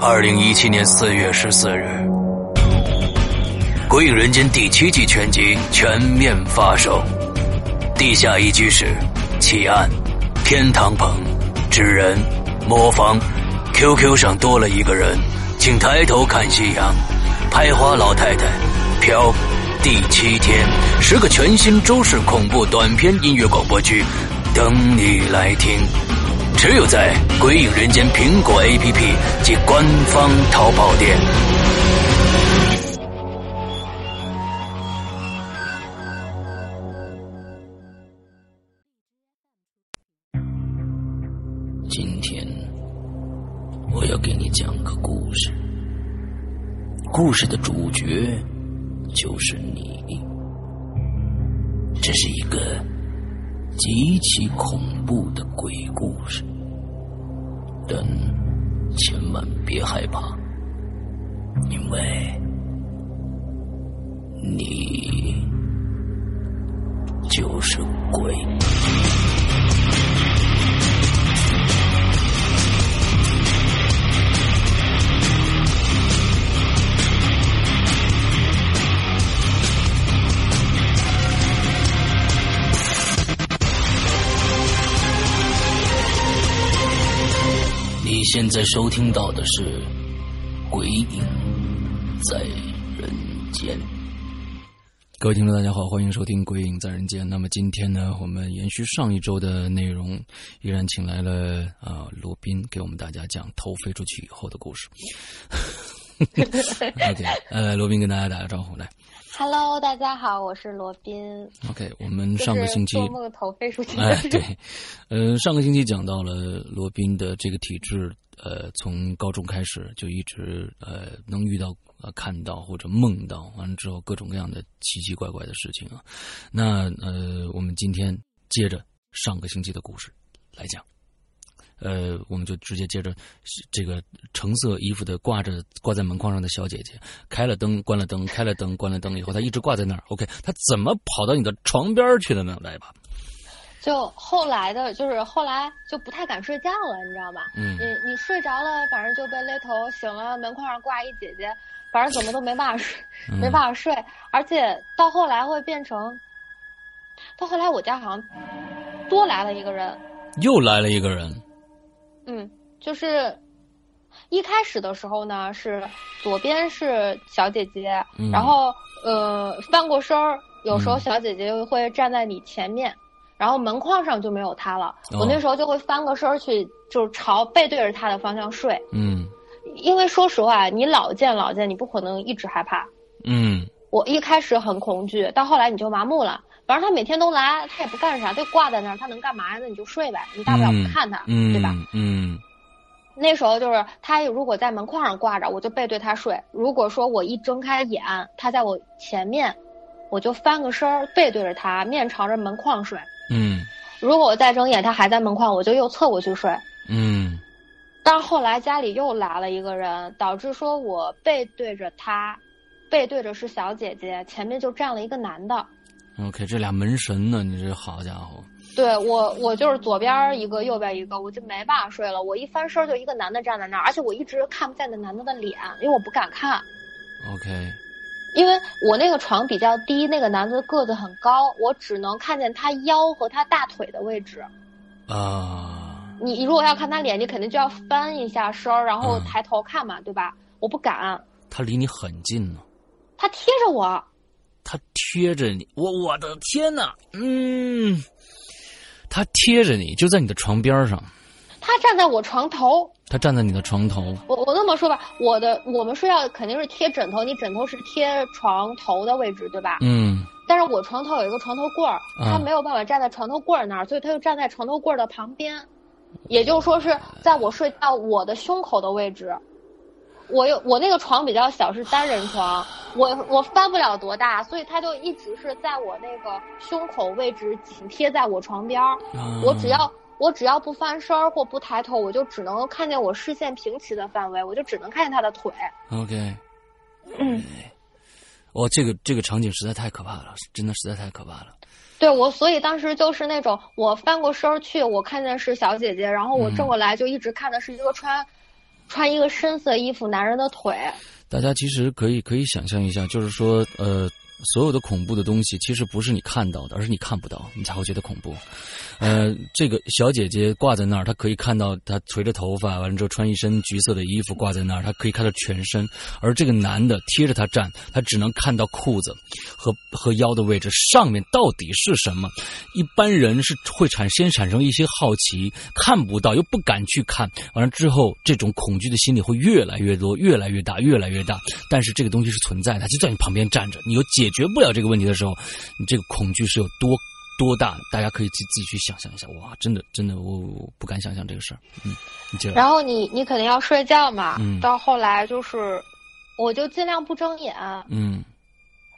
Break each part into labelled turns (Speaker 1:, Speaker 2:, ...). Speaker 1: 二零一七年四月十四日，《鬼影人间》第七季全集全面发售，地下一居室、奇案、天堂棚、纸人、魔方，QQ 上多了一个人，请抬头看夕阳，拍花老太太，飘。第七天，十个全新周氏恐怖短篇音乐广播剧，等你来听。只有在《鬼影人间》苹果 APP 及官方淘宝店。今天我要给你讲个故事，故事的主角。就是你，这是一个极其恐怖的鬼故事，但千万别害怕，因为你就是鬼。你现在收听到的是《鬼影在人间》。
Speaker 2: 各位听众，大家好，欢迎收听《鬼影在人间》。那么今天呢，我们延续上一周的内容，依然请来了啊、罗宾给我们大家讲头飞出去以后的故事。OK，呃，罗宾跟大家打个招呼，来。
Speaker 3: Hello，大家好，我是罗宾。
Speaker 2: OK，我们上个星期
Speaker 3: 就是做梦头飞出去的
Speaker 2: 哎，对，呃，上个星期讲到了罗宾的这个体质，呃，从高中开始就一直呃能遇到、呃、看到或者梦到，完了之后各种各样的奇奇怪怪的事情啊。那呃，我们今天接着上个星期的故事来讲。呃，我们就直接接着这个橙色衣服的挂着挂在门框上的小姐姐，开了灯，关了灯，开了灯，关了灯以后，她一直挂在那儿。OK，她怎么跑到你的床边儿去的呢？来吧，
Speaker 3: 就后来的，就是后来就不太敢睡觉了，你知道吧？
Speaker 2: 嗯
Speaker 3: 你你睡着了，反正就被勒头醒了，门框上挂一姐姐，反正怎么都没办法睡，
Speaker 2: 嗯
Speaker 3: 没办法睡，而且到后来会变成，到后来我家好像多来了一个人，
Speaker 2: 又来了一个人。
Speaker 3: 嗯，就是一开始的时候呢，是左边是小姐姐，
Speaker 2: 嗯
Speaker 3: 然后呃翻过身儿，有时候
Speaker 2: 嗯
Speaker 3: 小姐姐就会站在你前面，然后门框上就没有她了。
Speaker 2: 哦
Speaker 3: 我那时候就会翻个身儿去，就是朝背对着她的方向睡，
Speaker 2: 嗯
Speaker 3: 因为说实话，你老见老见，你不可能一直害怕。
Speaker 2: 嗯
Speaker 3: 我一开始很恐惧，到后来你就麻木了。反正她每天都来，她也不干啥，就挂在那儿，她能干嘛呀？那你就睡呗，你大不了不看她，
Speaker 2: 嗯，
Speaker 3: 对吧？？
Speaker 2: 嗯
Speaker 3: 那时候就是他如果在门框上挂着，我就背对他睡；如果说我一睁开眼，他在我前面，我就翻个身儿背对着他，面朝着门框睡；
Speaker 2: 嗯
Speaker 3: 如果我再睁眼，他还在门框，我就又侧过去睡。
Speaker 2: 嗯
Speaker 3: 但是后来家里又来了一个人，导致说我背对着他，背对着是小姐姐，前面就站了一个男的。
Speaker 2: ，OK，这俩门神呢？你这好家伙，
Speaker 3: 对我，我就是左边一个，右边一个，我就没办法睡了。我一翻身儿就一个男的站在那儿，而且我一直看不见那男的的脸，因为我不敢看。
Speaker 2: ，OK，
Speaker 3: 因为我那个床比较低，那个男的个子很高，我只能看见他腰和他大腿的位置。
Speaker 2: 啊，
Speaker 3: 你如果要看他脸，你肯定就要翻一下身儿，然后
Speaker 2: 嗯
Speaker 3: 抬头看嘛，对吧？我不敢，
Speaker 2: 他离你很近呢、
Speaker 3: 他贴着我，
Speaker 2: 他贴着你，我我的天呐，嗯，他贴着你，就在你的床边上，
Speaker 3: 他站在我床头。
Speaker 2: 他站在你的床头，
Speaker 3: 我我那么说吧，我的我们睡觉肯定是贴枕头，你枕头是贴床头的位置，对吧？
Speaker 2: 嗯
Speaker 3: 但是我床头有一个床头柜儿，
Speaker 2: 嗯
Speaker 3: 他没有办法站在床头柜儿那儿，所以他就站在床头柜儿的旁边，也就是说是在我睡到我的胸口的位置。我有我那个床比较小，是单人床，我我翻不了多大，所以他就一直是在我那个胸口位置紧贴在我床边儿。
Speaker 2: 啊，
Speaker 3: 我只要我只要不翻身儿或不抬头，我就只能看见我视线平齐的范围，我就只能看见他的腿。
Speaker 2: OK，哦，这个这个场景实在太可怕了，真的实在太可怕了，
Speaker 3: 对我，所以当时就是那种我翻过身儿去，我看见是小姐姐，然后我
Speaker 2: 嗯
Speaker 3: 正过来就一直看的是一个穿、穿一个深色衣服，男人的腿。
Speaker 2: 大家其实可以可以想象一下，就是说，呃，所有的恐怖的东西，其实不是你看到的，而是你看不到，你才会觉得恐怖。呃，这个小姐姐挂在那儿，她可以看到她垂着头发，完了之后穿一身橘色的衣服挂在那儿，她可以看到全身。而这个男的贴着她站，他只能看到裤子和和腰的位置上面到底是什么。一般人是会产先产生一些好奇，看不到又不敢去看，完了之后这种恐惧的心理会越来越多，越来越大，越来越大。但是这个东西是存在的，它就在你旁边站着，你又解决不了这个问题的时候，你这个恐惧是有多多大？大家可以自自己去想象一下。哇，真的真的，我我不敢想象这个事儿。嗯，你接着。
Speaker 3: 然后你你肯定要睡觉嘛，
Speaker 2: 嗯
Speaker 3: 到后来就是，我就尽量不睁眼，
Speaker 2: 嗯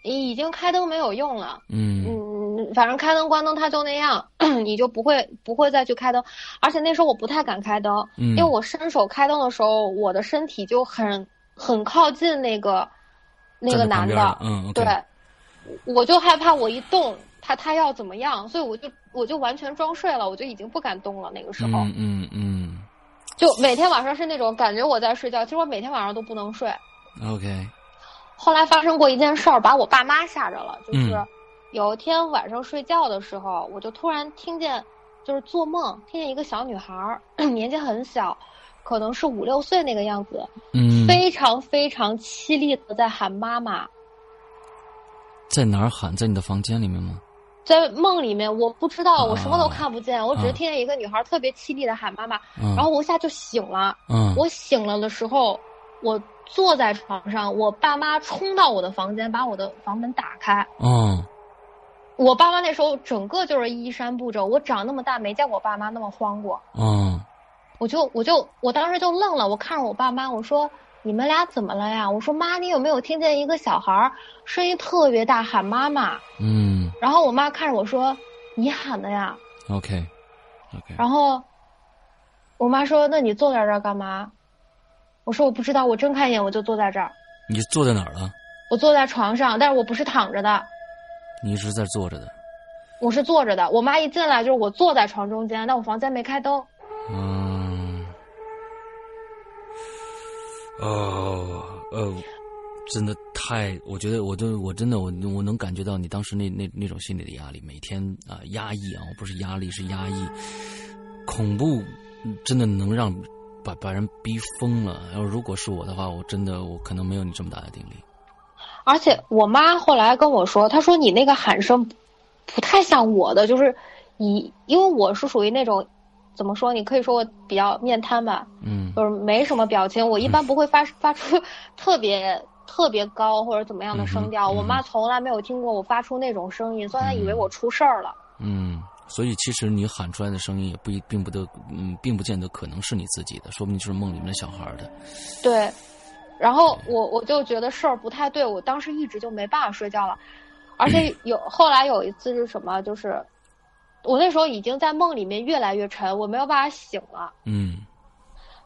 Speaker 3: 已已经开灯没有用了。
Speaker 2: 嗯
Speaker 3: 嗯，反正开灯关灯它就那样， 你就不会不会再去开灯。而且那时候我不太敢开灯，
Speaker 2: 嗯，
Speaker 3: 因为我伸手开灯的时候，我的身体就很很靠近那个那个
Speaker 2: 站在旁
Speaker 3: 男
Speaker 2: 边
Speaker 3: 的
Speaker 2: 了，嗯，
Speaker 3: 对，我就害怕我一动他他要怎么样，所以我就我就完全装睡了，我就已经不敢动了。那个时候、
Speaker 2: 嗯嗯嗯
Speaker 3: 就每天晚上是那种感觉我在睡觉，其实我每天晚上都不能睡。
Speaker 2: 嗯，OK，
Speaker 3: 后来发生过一件事儿，把我爸妈吓着了，就是
Speaker 2: 嗯
Speaker 3: 有一天晚上睡觉的时候，我就突然听见，就是做梦听见一个小女孩儿， 年纪很小，可能是五六岁那个样子，
Speaker 2: 嗯，
Speaker 3: 非常非常凄厉的在喊妈妈。
Speaker 2: 在哪儿喊？在你的房间里面吗？
Speaker 3: 在梦里面，我不知道，我什么都
Speaker 2: 啊
Speaker 3: 看不见，我只是
Speaker 2: 啊
Speaker 3: 听见一个女孩儿特别凄厉的喊妈妈，
Speaker 2: 嗯，
Speaker 3: 然后我一下就醒了。
Speaker 2: 嗯，
Speaker 3: 我醒了的时候，我坐在床上，我爸妈冲到我的房间，把我的房门打开。
Speaker 2: 嗯
Speaker 3: 我爸妈那时候整个就是衣衫不整，我长那么大没见过我爸妈那么慌过，
Speaker 2: 嗯
Speaker 3: 我就我就我当时就愣了，我看着我爸妈，我说你们俩怎么了呀？我说妈，你有没有听见一个小孩儿声音特别大喊妈妈？
Speaker 2: 嗯
Speaker 3: 然后我妈看着我说你喊的呀？
Speaker 2: ，OK OK，
Speaker 3: 然后我妈说那你坐在这儿干嘛？我说我不知道，我睁开眼我就坐在这儿，
Speaker 2: 你坐在哪儿了？
Speaker 3: 我坐在床上，但是我不是躺着的，
Speaker 2: 你一直在坐着的。
Speaker 3: 我是坐着的。我妈一进来就是我坐在床中间，但我房间没开灯。
Speaker 2: 嗯，哦，呃，真的太，我觉得我都我真的我我能感觉到你当时那那那种心理的压力，每天啊、压抑啊，不是压力是压抑，恐怖嗯真的能让把把人逼疯了。要如果是我的话，我真的我可能没有你这么大的定力。
Speaker 3: 而且我妈后来跟我说，她说你那个喊声不不太像我的，就是以因为我是属于那种怎么说，你可以说我比较面瘫吧，
Speaker 2: 嗯
Speaker 3: 就是没什么表情，我一般不会发发出 特别。特别高或者怎么样的声调，
Speaker 2: 嗯哼
Speaker 3: 我妈
Speaker 2: 嗯
Speaker 3: 从来没有听过我发出那种声音，所以她以为我出事儿了。
Speaker 2: 嗯，所以其实你喊出来的声音也不一并不得嗯，并不见得可能是你自己的，说不定就是梦里面的小孩儿的。
Speaker 3: 对，然后我我就觉得事儿不太对，我当时一直就没办法睡觉了，而 且有后来有一次是什么，就是我那时候已经在梦里面越来越沉，我没有办法醒了，
Speaker 2: 嗯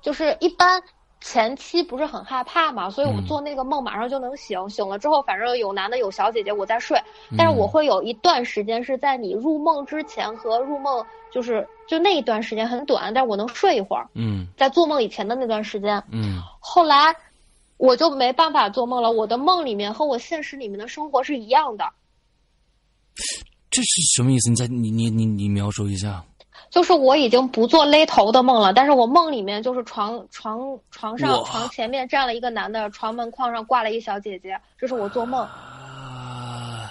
Speaker 3: 就是一般。前期不是很害怕嘛，所以我
Speaker 2: 嗯
Speaker 3: 做那个梦马上就能醒，醒了之后反正有男的有小姐姐我在睡，但是我会有一段时间是在你入梦之前和入梦就是就那一段时间很短，但是我能睡一会儿，
Speaker 2: 嗯
Speaker 3: 在做梦以前的那段时间，
Speaker 2: 嗯
Speaker 3: 后来我就没办法做梦了，我的梦里面和我现实里面的生活是一样的，
Speaker 2: 这是什么意思？你再你你你你描述一下。
Speaker 3: 就是我已经不做勒头的梦了，但是我梦里面就是床床床上
Speaker 2: 哇
Speaker 3: 床前面站了一个男的，床门框上挂了一小姐姐，这是我做梦。
Speaker 2: 啊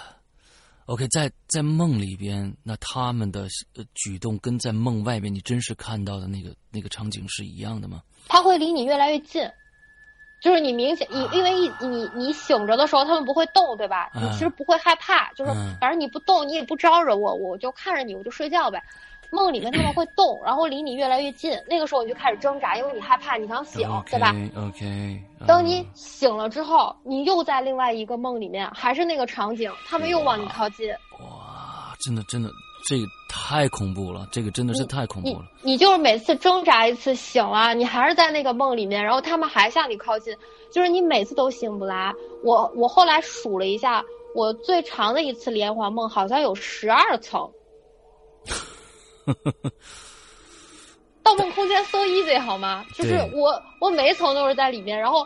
Speaker 2: ，OK，在在梦里边，那他们的呃举动跟在梦外边你真实看到的那个那个场景是一样的吗？
Speaker 3: 他会离你越来越近，就是你明显你因为一你你醒着的时候，他们不会动，对吧？
Speaker 2: 啊嗯
Speaker 3: 你其实不会害怕，就是
Speaker 2: 嗯
Speaker 3: 反正你不动，你也不招惹我，我就看着你，我就睡觉呗。梦里面他们会动，然后离你越来越近，那个时候你就开始挣扎，因为你害怕，你想醒，对吧？
Speaker 2: 嗯？OK，
Speaker 3: 等你醒了之后，你又在另外一个梦里面，还是那个场景，他们又往你靠近，
Speaker 2: 呃哇，真的真的，这个太恐怖了，这个真的是太恐怖
Speaker 3: 你
Speaker 2: 了。
Speaker 3: 你就是每次挣扎一次醒了，你还是在那个梦里面，然后他们还向你靠近，就是你每次都醒不来。我我后来数了一下，我最长的一次连 环梦好像有十二层，盗梦空间 so easy 好吗？就是
Speaker 2: 对
Speaker 3: 我我每一层都是在里面，然后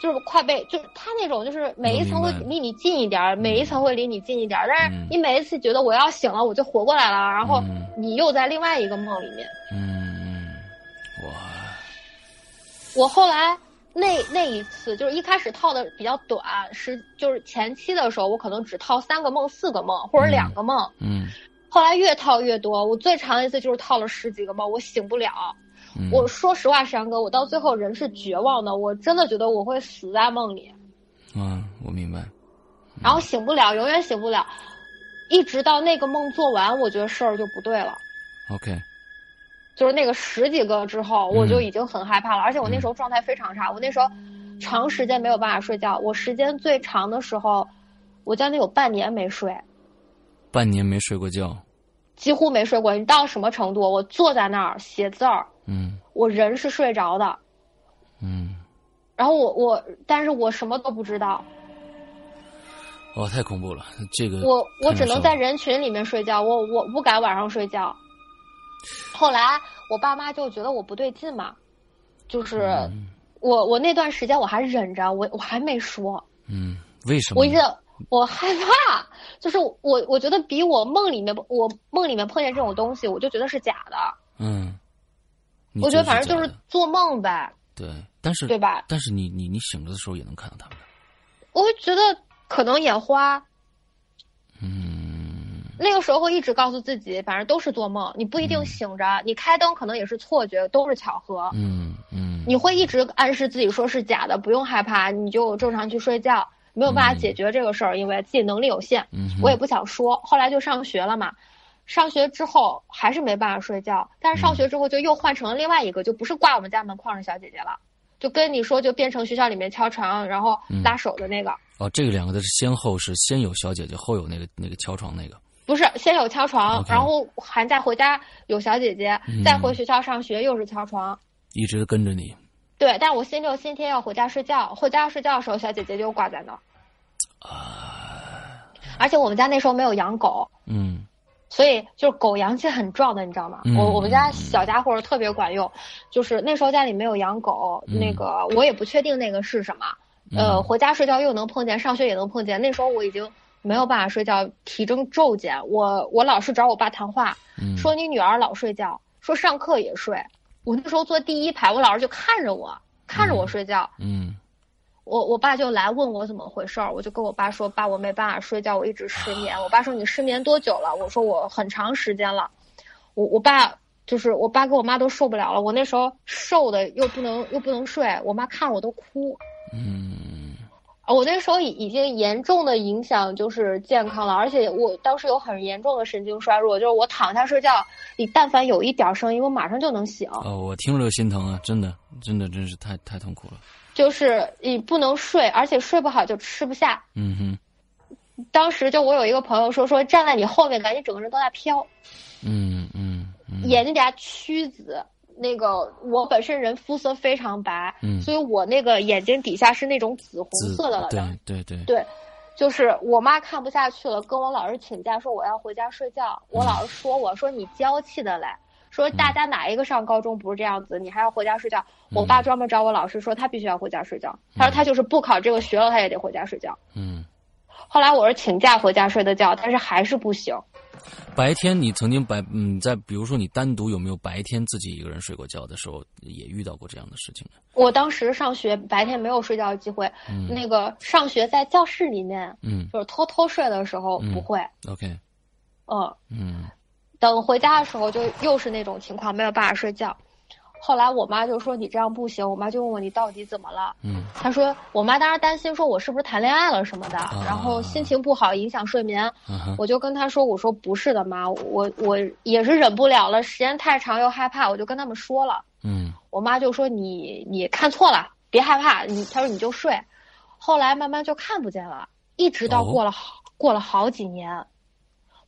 Speaker 3: 就是快被，就是它那种就是每一层会
Speaker 2: 我明白
Speaker 3: 离你近一点儿，每一层会离你近一点儿，但
Speaker 2: 嗯
Speaker 3: 是你每一次觉得我要醒了，我就活过来了，然后
Speaker 2: 嗯
Speaker 3: 你又在另外一个梦里面。
Speaker 2: 嗯，哇，
Speaker 3: 我后来那那一次就是一开始套的比较短，是就是前期的时候，我可能只套三个梦、四个梦或者两个梦，
Speaker 2: 嗯
Speaker 3: 后来越套越多，我最长一次就是套了十几个梦，我醒不了。
Speaker 2: 嗯，
Speaker 3: 我说实话，山哥，我到最后人是绝望的，我真的觉得我会死在梦里，
Speaker 2: 啊，我明白，
Speaker 3: 然后醒不了，永远醒不了，一直到那个梦做完，我觉得事儿就不对了。
Speaker 2: OK，
Speaker 3: 就是那个十几个之后，
Speaker 2: 嗯
Speaker 3: 我就已经很害怕了，而且我那时候状态非常差，我那时候长时间没有办法睡觉，我时间最长的时候，我将近有半年没睡，
Speaker 2: 半年没睡过觉，
Speaker 3: 几乎没睡过。你到什么程度？我坐在那儿写字儿，
Speaker 2: 嗯
Speaker 3: 我人是睡着的，
Speaker 2: 嗯，
Speaker 3: 然后我我，但是我什么都不知道，
Speaker 2: 哇，太恐怖了，这个
Speaker 3: 我我
Speaker 2: 太
Speaker 3: 只
Speaker 2: 难
Speaker 3: 能
Speaker 2: 受
Speaker 3: 在
Speaker 2: 了
Speaker 3: 人群里面睡觉，我我不敢晚上睡觉。后来我爸妈就觉得我不对劲嘛，就是
Speaker 2: 嗯
Speaker 3: 我我那段时间我还忍着，我我还没说，
Speaker 2: 嗯，为什么？
Speaker 3: 我一直我害怕，就是我我觉得比我梦里面我梦里面碰见这种东西，我就觉得是假的。
Speaker 2: 嗯，你
Speaker 3: 我觉得反正
Speaker 2: 假
Speaker 3: 就是
Speaker 2: 的嗯
Speaker 3: 做梦呗，
Speaker 2: 对，但是
Speaker 3: 对吧？
Speaker 2: 但是你你你醒着的时候也能看到他们，
Speaker 3: 我会觉得可能眼花，
Speaker 2: 嗯
Speaker 3: 那个时候会一直告诉自己，反正都是做梦，你不一定醒着，你开灯可能也是错觉，都是巧合。
Speaker 2: 嗯嗯，
Speaker 3: 你会一直暗示自己说是假的，不用害怕，你就正常去睡觉。没有办法解决这个事儿，因为自己能力有限。
Speaker 2: 嗯哼
Speaker 3: 我也不想说。后来就上学了嘛，上学之后还是没办法睡觉，但
Speaker 2: 嗯
Speaker 3: 是上学之后就又换成了另外一个，就不是挂我们家门框的小姐姐了，就跟你说就变成学校里面敲床然后
Speaker 2: 嗯
Speaker 3: 拉手的那个，
Speaker 2: 哦，这个两个的是先后是先有小姐姐，后有那个那个敲床那个，
Speaker 3: 不是先有敲床
Speaker 2: OK
Speaker 3: 然后寒假回家有小姐姐，
Speaker 2: 嗯
Speaker 3: 再回学校上学又是敲床。
Speaker 2: 一直跟着你
Speaker 3: 对，但我星期六、星期天要回家睡觉，回家睡觉的时候，小姐姐就挂在那儿。
Speaker 2: 啊，
Speaker 3: 而且我们家那时候没有养狗，
Speaker 2: 嗯
Speaker 3: 所以就是狗阳气很壮的，你知道吗？
Speaker 2: 嗯
Speaker 3: 我我们家小家伙特别管用，就是那时候家里没有养狗，
Speaker 2: 嗯
Speaker 3: 那个我也不确定那个是什么，呃，
Speaker 2: 嗯
Speaker 3: 回家睡觉又能碰见，上学也能碰见。那时候我已经没有办法睡觉，体征骤减，我我老是找我爸谈话，
Speaker 2: 嗯，
Speaker 3: 说你女儿老睡觉，说上课也睡。我那时候坐第一排，我老师就看着我，看着我睡觉。
Speaker 2: 嗯
Speaker 3: 我我爸就来问我怎么回事儿，我就跟我爸说，爸，我没办法睡觉，我一直失眠。我爸说你失眠多久了？我说我很长时间了。我我爸就是我爸跟我妈都受不了了，我那时候瘦的又不能又不能睡，我妈看着我都哭。
Speaker 2: 嗯
Speaker 3: 啊我那时候已已经严重的影响就是健康了，而且我当时有很严重的神经衰弱，就是我躺下睡觉，你但凡有一点儿声音，我马上就能醒。
Speaker 2: 哦，我听着就心疼啊，真的真的真是太太痛苦了，
Speaker 3: 就是你不能睡，而且睡不好就吃不下，
Speaker 2: 嗯哼
Speaker 3: 当时就我有一个朋友说说站在你后面，感觉整个人都在飘，
Speaker 2: 嗯嗯嗯，
Speaker 3: 眼睛底下曲紫。那个我本身人肤色非常白，
Speaker 2: 嗯
Speaker 3: 所以我那个眼睛底下是那种紫红
Speaker 2: 紫
Speaker 3: 色的了。
Speaker 2: 对对对，
Speaker 3: 对，就是我妈看不下去了，跟我老师请假说我要回家睡觉。我老师说我说你娇气的嘞，说
Speaker 2: 嗯
Speaker 3: 大家哪一个上高中不是这样子，你还要回家睡觉。我爸专门找我老师说他必须要回家睡觉，他说他就是不考这个学了他也得回家睡觉。
Speaker 2: 嗯，
Speaker 3: 后来我是请假回家睡的觉，但是还是不行。
Speaker 2: 白天你曾经白嗯，在比如说你单独有没有白天自己一个人睡过觉的时候，也遇到过这样的事情呢？
Speaker 3: 我当时上学白天没有睡觉的机会，
Speaker 2: 嗯
Speaker 3: 那个上学在教室里面
Speaker 2: 嗯
Speaker 3: 就是偷偷睡的时候
Speaker 2: 嗯
Speaker 3: 不会，
Speaker 2: ，OK，
Speaker 3: 嗯
Speaker 2: 嗯
Speaker 3: 等回家的时候就又是那种情况，没有办法睡觉。后来我妈就说你这样不行，我妈就问我你到底怎么了？
Speaker 2: 嗯
Speaker 3: 她说我妈当时担心说我是不是谈恋爱了什么的，然后心情不好影响睡眠。
Speaker 2: 啊哈，
Speaker 3: 我就跟她说我说不是的妈，我我也是忍不了了，时间太长又害怕，我就跟他们说了。
Speaker 2: 嗯
Speaker 3: 我妈就说你你看错了，别害怕，你她说你就睡。后来慢慢就看不见了，一直到
Speaker 2: 哦
Speaker 3: 过了好、过了好几年，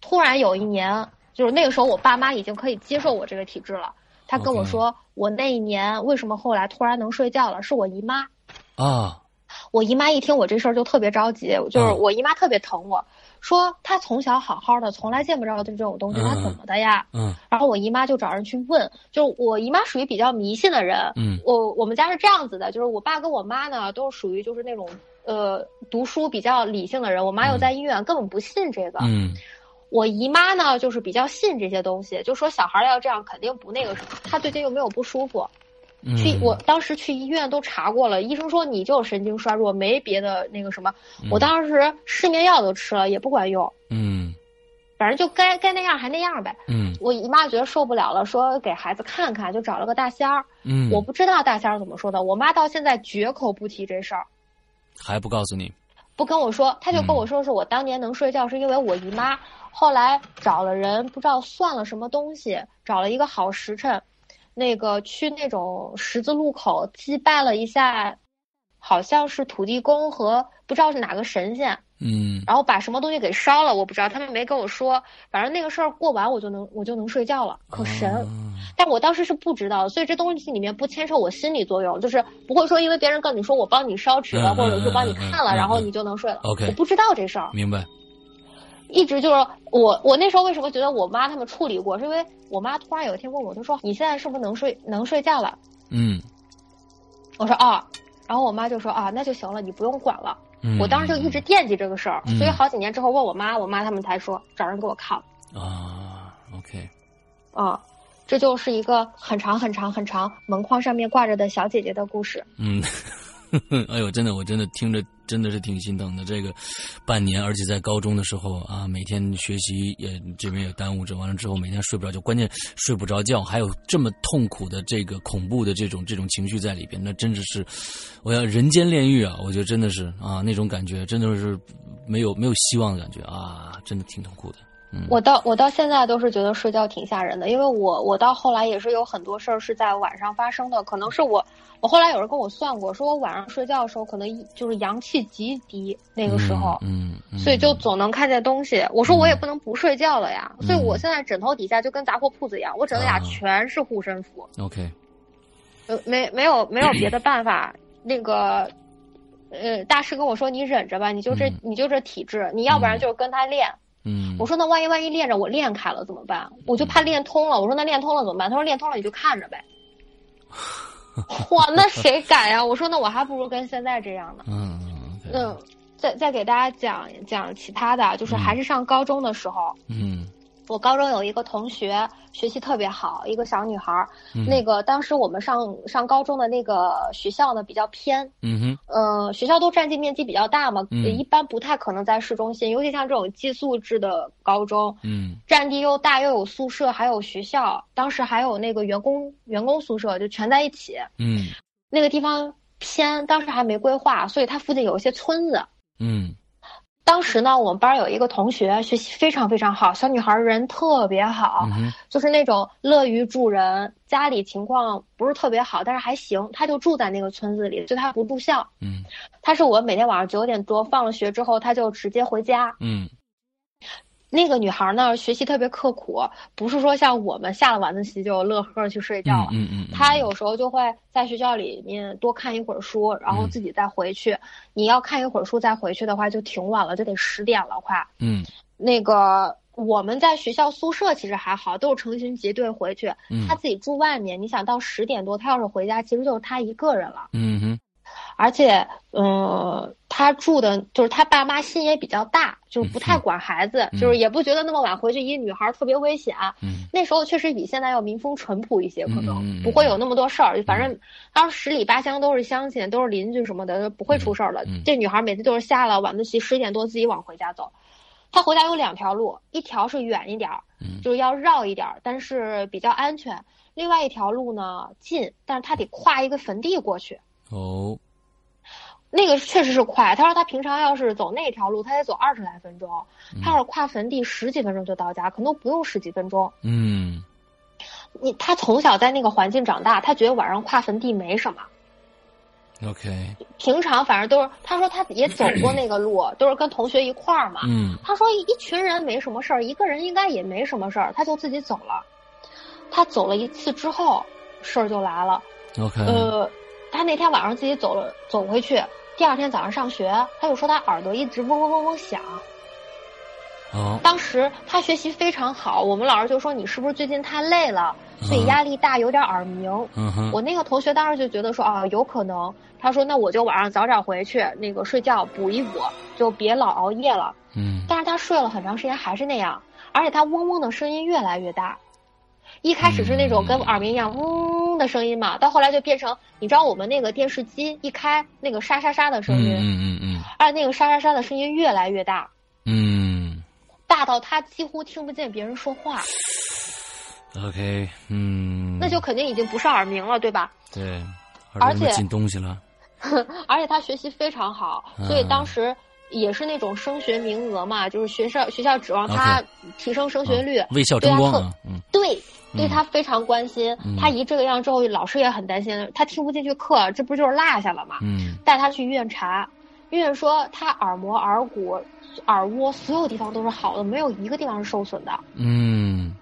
Speaker 3: 突然有一年，就是那个时候我爸妈已经可以接受我这个体质了。他跟我
Speaker 2: OK
Speaker 3: 说我那一年为什么后来突然能睡觉了，是我姨妈。
Speaker 2: 啊，
Speaker 3: 我姨妈一听我这事儿就特别着急，就是
Speaker 2: 嗯
Speaker 3: 我姨妈特别疼我，说他从小好好的，从来见不着这种东西，他怎么的呀？
Speaker 2: 嗯
Speaker 3: 然后我姨妈就找人去问，就是我姨妈属于比较迷信的人，
Speaker 2: 嗯
Speaker 3: 我我们家是这样子的，就是我爸跟我妈呢都是属于就是那种呃读书比较理性的人，我妈又在医院，根本不信这个。
Speaker 2: 嗯
Speaker 3: 我姨妈呢就是比较信这些东西，就说小孩要这样肯定不那个什么，她最近又没有不舒服，
Speaker 2: 嗯，
Speaker 3: 去我当时去医院都查过了，医生说你就是神经衰弱，没别的那个什么。我当时失眠药都吃了，也不管用，
Speaker 2: 嗯
Speaker 3: 反正就该该那样还那样呗。
Speaker 2: 嗯
Speaker 3: 我姨妈觉得受不了了，说给孩子看看，就找了个大仙儿。
Speaker 2: 嗯，
Speaker 3: 我不知道大仙儿怎么说的，我妈到现在绝口不提这事儿，
Speaker 2: 还不告诉你，
Speaker 3: 不跟我说，她就跟我说是我当年能睡觉是因为我姨妈。后来找了人，不知道算了什么东西，找了一个好时辰，那个去那种十字路口祭拜了一下，好像是土地公和不知道是哪个神仙，
Speaker 2: 嗯
Speaker 3: 然后把什么东西给烧了，我不知道，他们没跟我说。反正那个事儿过完，我就能我就能睡觉了，可神。
Speaker 2: 啊
Speaker 3: 但我当时是不知道，所以这东西里面不牵扯我心理作用，就是不会说因为别人跟你说我帮你烧纸了，
Speaker 2: 嗯
Speaker 3: 或者是帮你看了，
Speaker 2: 嗯嗯嗯
Speaker 3: 然后
Speaker 2: 嗯
Speaker 3: 你就能睡了。
Speaker 2: OK
Speaker 3: 我不知道这事儿，
Speaker 2: 啊明白，
Speaker 3: 一直就是我我那时候为什么觉得我妈他们处理过，是因为我妈突然有一天问我，她说你现在是不是能睡能睡觉了？
Speaker 2: 嗯
Speaker 3: 我说啊，然后我妈就说啊那就行了，你不用管了。
Speaker 2: 嗯，
Speaker 3: 我当时就一直惦记这个事儿，
Speaker 2: 嗯
Speaker 3: 所以好几年之后问我妈，我妈他们才说找人给我看了
Speaker 2: 啊，OK，
Speaker 3: 啊。这就是一个很长很长很长门框上面挂着的小姐姐的故事。
Speaker 2: 嗯， 哎呦，真的，我真的听着真的是挺心疼的。这个半年，而且在高中的时候啊，每天学习也这边也耽误着，完了之后每天睡不着觉，关键睡不着觉，还有这么痛苦的这个恐怖的这种这种情绪在里边，那真的是我要人间炼狱啊！我觉得真的是啊，那种感觉真的是没有没有希望的感觉啊，真的挺痛苦的。嗯，
Speaker 3: 我到我到现在都是觉得睡觉挺吓人的，因为我我到后来也是有很多事儿是在晚上发生的，可能是我我后来有人跟我算过，说我晚上睡觉的时候可能一就是阳气极低那个时候，
Speaker 2: 嗯，嗯
Speaker 3: 所以就总能看见东西。我说我也不能不睡觉了呀，
Speaker 2: 嗯啊
Speaker 3: 所以我现在枕头底下就跟杂货铺子一样，我枕头底下全是护身符，
Speaker 2: OK，
Speaker 3: 呃没没有没有别的办法，那个。呃，大师跟我说：“你忍着吧，你就这，
Speaker 2: 嗯
Speaker 3: 你就这体质，你要不
Speaker 2: 嗯
Speaker 3: 然就是跟他练，
Speaker 2: 嗯，
Speaker 3: 我说那万一万一练着我练开了怎么办？我就怕练通了。我说那练通了怎么办？他说练通了你就看着呗。 哇，那谁敢呀、我说那我还不如跟现在这样呢。
Speaker 2: 嗯嗯，OK，
Speaker 3: 嗯，再再给大家讲讲其他的，啊就是还是上高中的时候，
Speaker 2: 嗯
Speaker 3: 我高中有一个同学学习特别好，一个小女孩儿。
Speaker 2: 嗯
Speaker 3: 那个当时我们上上高中的那个学校呢比较偏，
Speaker 2: 嗯哼
Speaker 3: 呃，学校都占地面积比较大嘛，
Speaker 2: 嗯
Speaker 3: 一般不太可能在市中心，尤其像这种寄宿制的高中，
Speaker 2: 嗯
Speaker 3: 占地又大，又有宿舍，还有学校，当时还有那个员工员工宿舍，就全在一起。
Speaker 2: 嗯
Speaker 3: 那个地方偏，当时还没规划，所以它附近有一些村子。
Speaker 2: 嗯
Speaker 3: 当时呢，我们班有一个同学学习非常非常好，小女孩人特别好，
Speaker 2: 嗯哼
Speaker 3: 就是那种乐于助人，家里情况不是特别好，但是还行。她就住在那个村子里，所以她不住校。
Speaker 2: 嗯。
Speaker 3: 她是我每天晚上九点多放了学之后，她就直接回家。
Speaker 2: 嗯
Speaker 3: 那个女孩呢，学习特别刻苦，不是说像我们下了晚自习就乐呵去睡觉了。
Speaker 2: 嗯嗯，嗯
Speaker 3: 她有时候就会在学校里面多看一会儿书，然
Speaker 2: 嗯
Speaker 3: 后自己再回去。你要看一会儿书再回去的话，就挺晚了，就得十点了，快。
Speaker 2: 嗯
Speaker 3: 那个我们在学校宿舍其实还好，都是成群结队回去。
Speaker 2: 嗯
Speaker 3: 她自己住外面，你想到十点多，她要是回家，其实就是她一个人了。
Speaker 2: 嗯哼
Speaker 3: 而且，嗯，他住的就是他爸妈心也比较大，就是不太管孩子，
Speaker 2: 嗯
Speaker 3: 就是也不觉得那么晚回去一女孩特别危险。啊
Speaker 2: 嗯
Speaker 3: 那时候确实比现在要民风淳朴一些，可
Speaker 2: 嗯嗯嗯嗯
Speaker 3: 能不会有那么多事儿。反正当时十里八乡都是乡亲，都是邻居什么的，不会出事儿的。
Speaker 2: 嗯嗯
Speaker 3: 这女孩每次都是下了晚自习十点多自己往回家走。她回家有两条路，一条是远一点儿
Speaker 2: 嗯，
Speaker 3: 就是要绕一点儿，但是比较安全；另外一条路呢近，但是她得跨一个坟地过去。
Speaker 2: 哦
Speaker 3: 那个确实是快。他说他平常要是走那条路，他得走二十来分钟，他要是跨坟地十几分钟就到家，可能不用十几分钟。
Speaker 2: 嗯
Speaker 3: 你他从小在那个环境长大，他觉得晚上跨坟地没什么。
Speaker 2: OK
Speaker 3: 平常反正都是，他说他也走过那个路，都是跟同学一块儿嘛。
Speaker 2: 嗯
Speaker 3: 他说一群人没什么事儿，一个人应该也没什么事儿，他就自己走了。他走了一次之后，事儿就来了。
Speaker 2: OK
Speaker 3: 呃，他那天晚上自己走了走回去，第二天早上上学，他就说他耳朵一直嗡嗡嗡嗡响，
Speaker 2: 哦，
Speaker 3: 当时他学习非常好，我们老师就说你是不是最近太累了，所以压力大，有点耳鸣。
Speaker 2: 嗯哼，
Speaker 3: 我那个同学当时就觉得说啊，有可能。他说那我就晚上早点回去，那个睡觉补一补，就别老熬夜了。
Speaker 2: 嗯
Speaker 3: 但是他睡了很长时间还是那样，而且他嗡嗡的声音越来越大。一开始是那种跟耳鸣一样嗡嗡的声音嘛，到后来就变成，你知道我们那个电视机一开那个沙沙沙的声音，
Speaker 2: 嗯嗯嗯
Speaker 3: 而那个沙沙沙的声音越来越大，
Speaker 2: 嗯
Speaker 3: 大到他几乎听不见别人说话，
Speaker 2: 嗯，OK，嗯，
Speaker 3: 那就肯定已经不是耳鸣了，对吧？
Speaker 2: 对，
Speaker 3: 而
Speaker 2: 耳朵里面
Speaker 3: 且
Speaker 2: 进东西了，
Speaker 3: 而且他学习非常好，所以
Speaker 2: 啊
Speaker 3: 当时也是那种升学名额嘛，就是学校学校指望他提升升学率，
Speaker 2: 啊为校争光啊，嗯
Speaker 3: 对，
Speaker 2: 嗯
Speaker 3: 对他非常关心。
Speaker 2: 嗯
Speaker 3: 他一这个样之后，老师也很担心，他听不进去课，这不就是落下了吗？
Speaker 2: 嗯
Speaker 3: 带他去医院查，医院说他耳膜、耳骨、耳蜗所有地方都是好的，没有一个地方是受损的。
Speaker 2: 嗯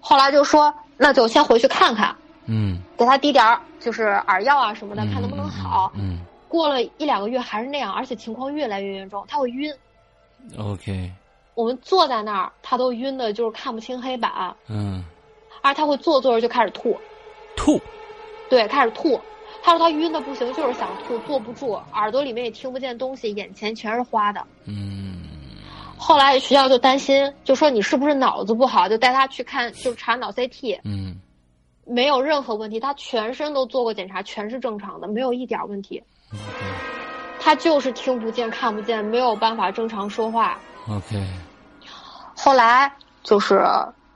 Speaker 3: 后来就说，那就先回去看看，
Speaker 2: 嗯，
Speaker 3: 给他滴点儿就是耳药啊什么的，
Speaker 2: 嗯
Speaker 3: 看能不能好。
Speaker 2: 嗯
Speaker 3: 过了一两个月还是那样，而且情况越来越严重，他会晕。
Speaker 2: 嗯，OK，
Speaker 3: 我们坐在那儿，他都晕的，就是看不清黑板，
Speaker 2: 嗯，
Speaker 3: 而他会坐坐着就开始吐，
Speaker 2: 吐，
Speaker 3: 对，开始吐。他说他晕的不行，就是想吐，坐不住，耳朵里面也听不见东西，眼前全是花的。
Speaker 2: 嗯
Speaker 3: 后来学校就担心，就说你是不是脑子不好，就带他去看，就查脑 CT，
Speaker 2: 嗯
Speaker 3: 没有任何问题，他全身都做过检查，全是正常的，没有一点问题。
Speaker 2: ，OK
Speaker 3: 他就是听不见、看不见，没有办法正常说话。
Speaker 2: OK，
Speaker 3: 后来就是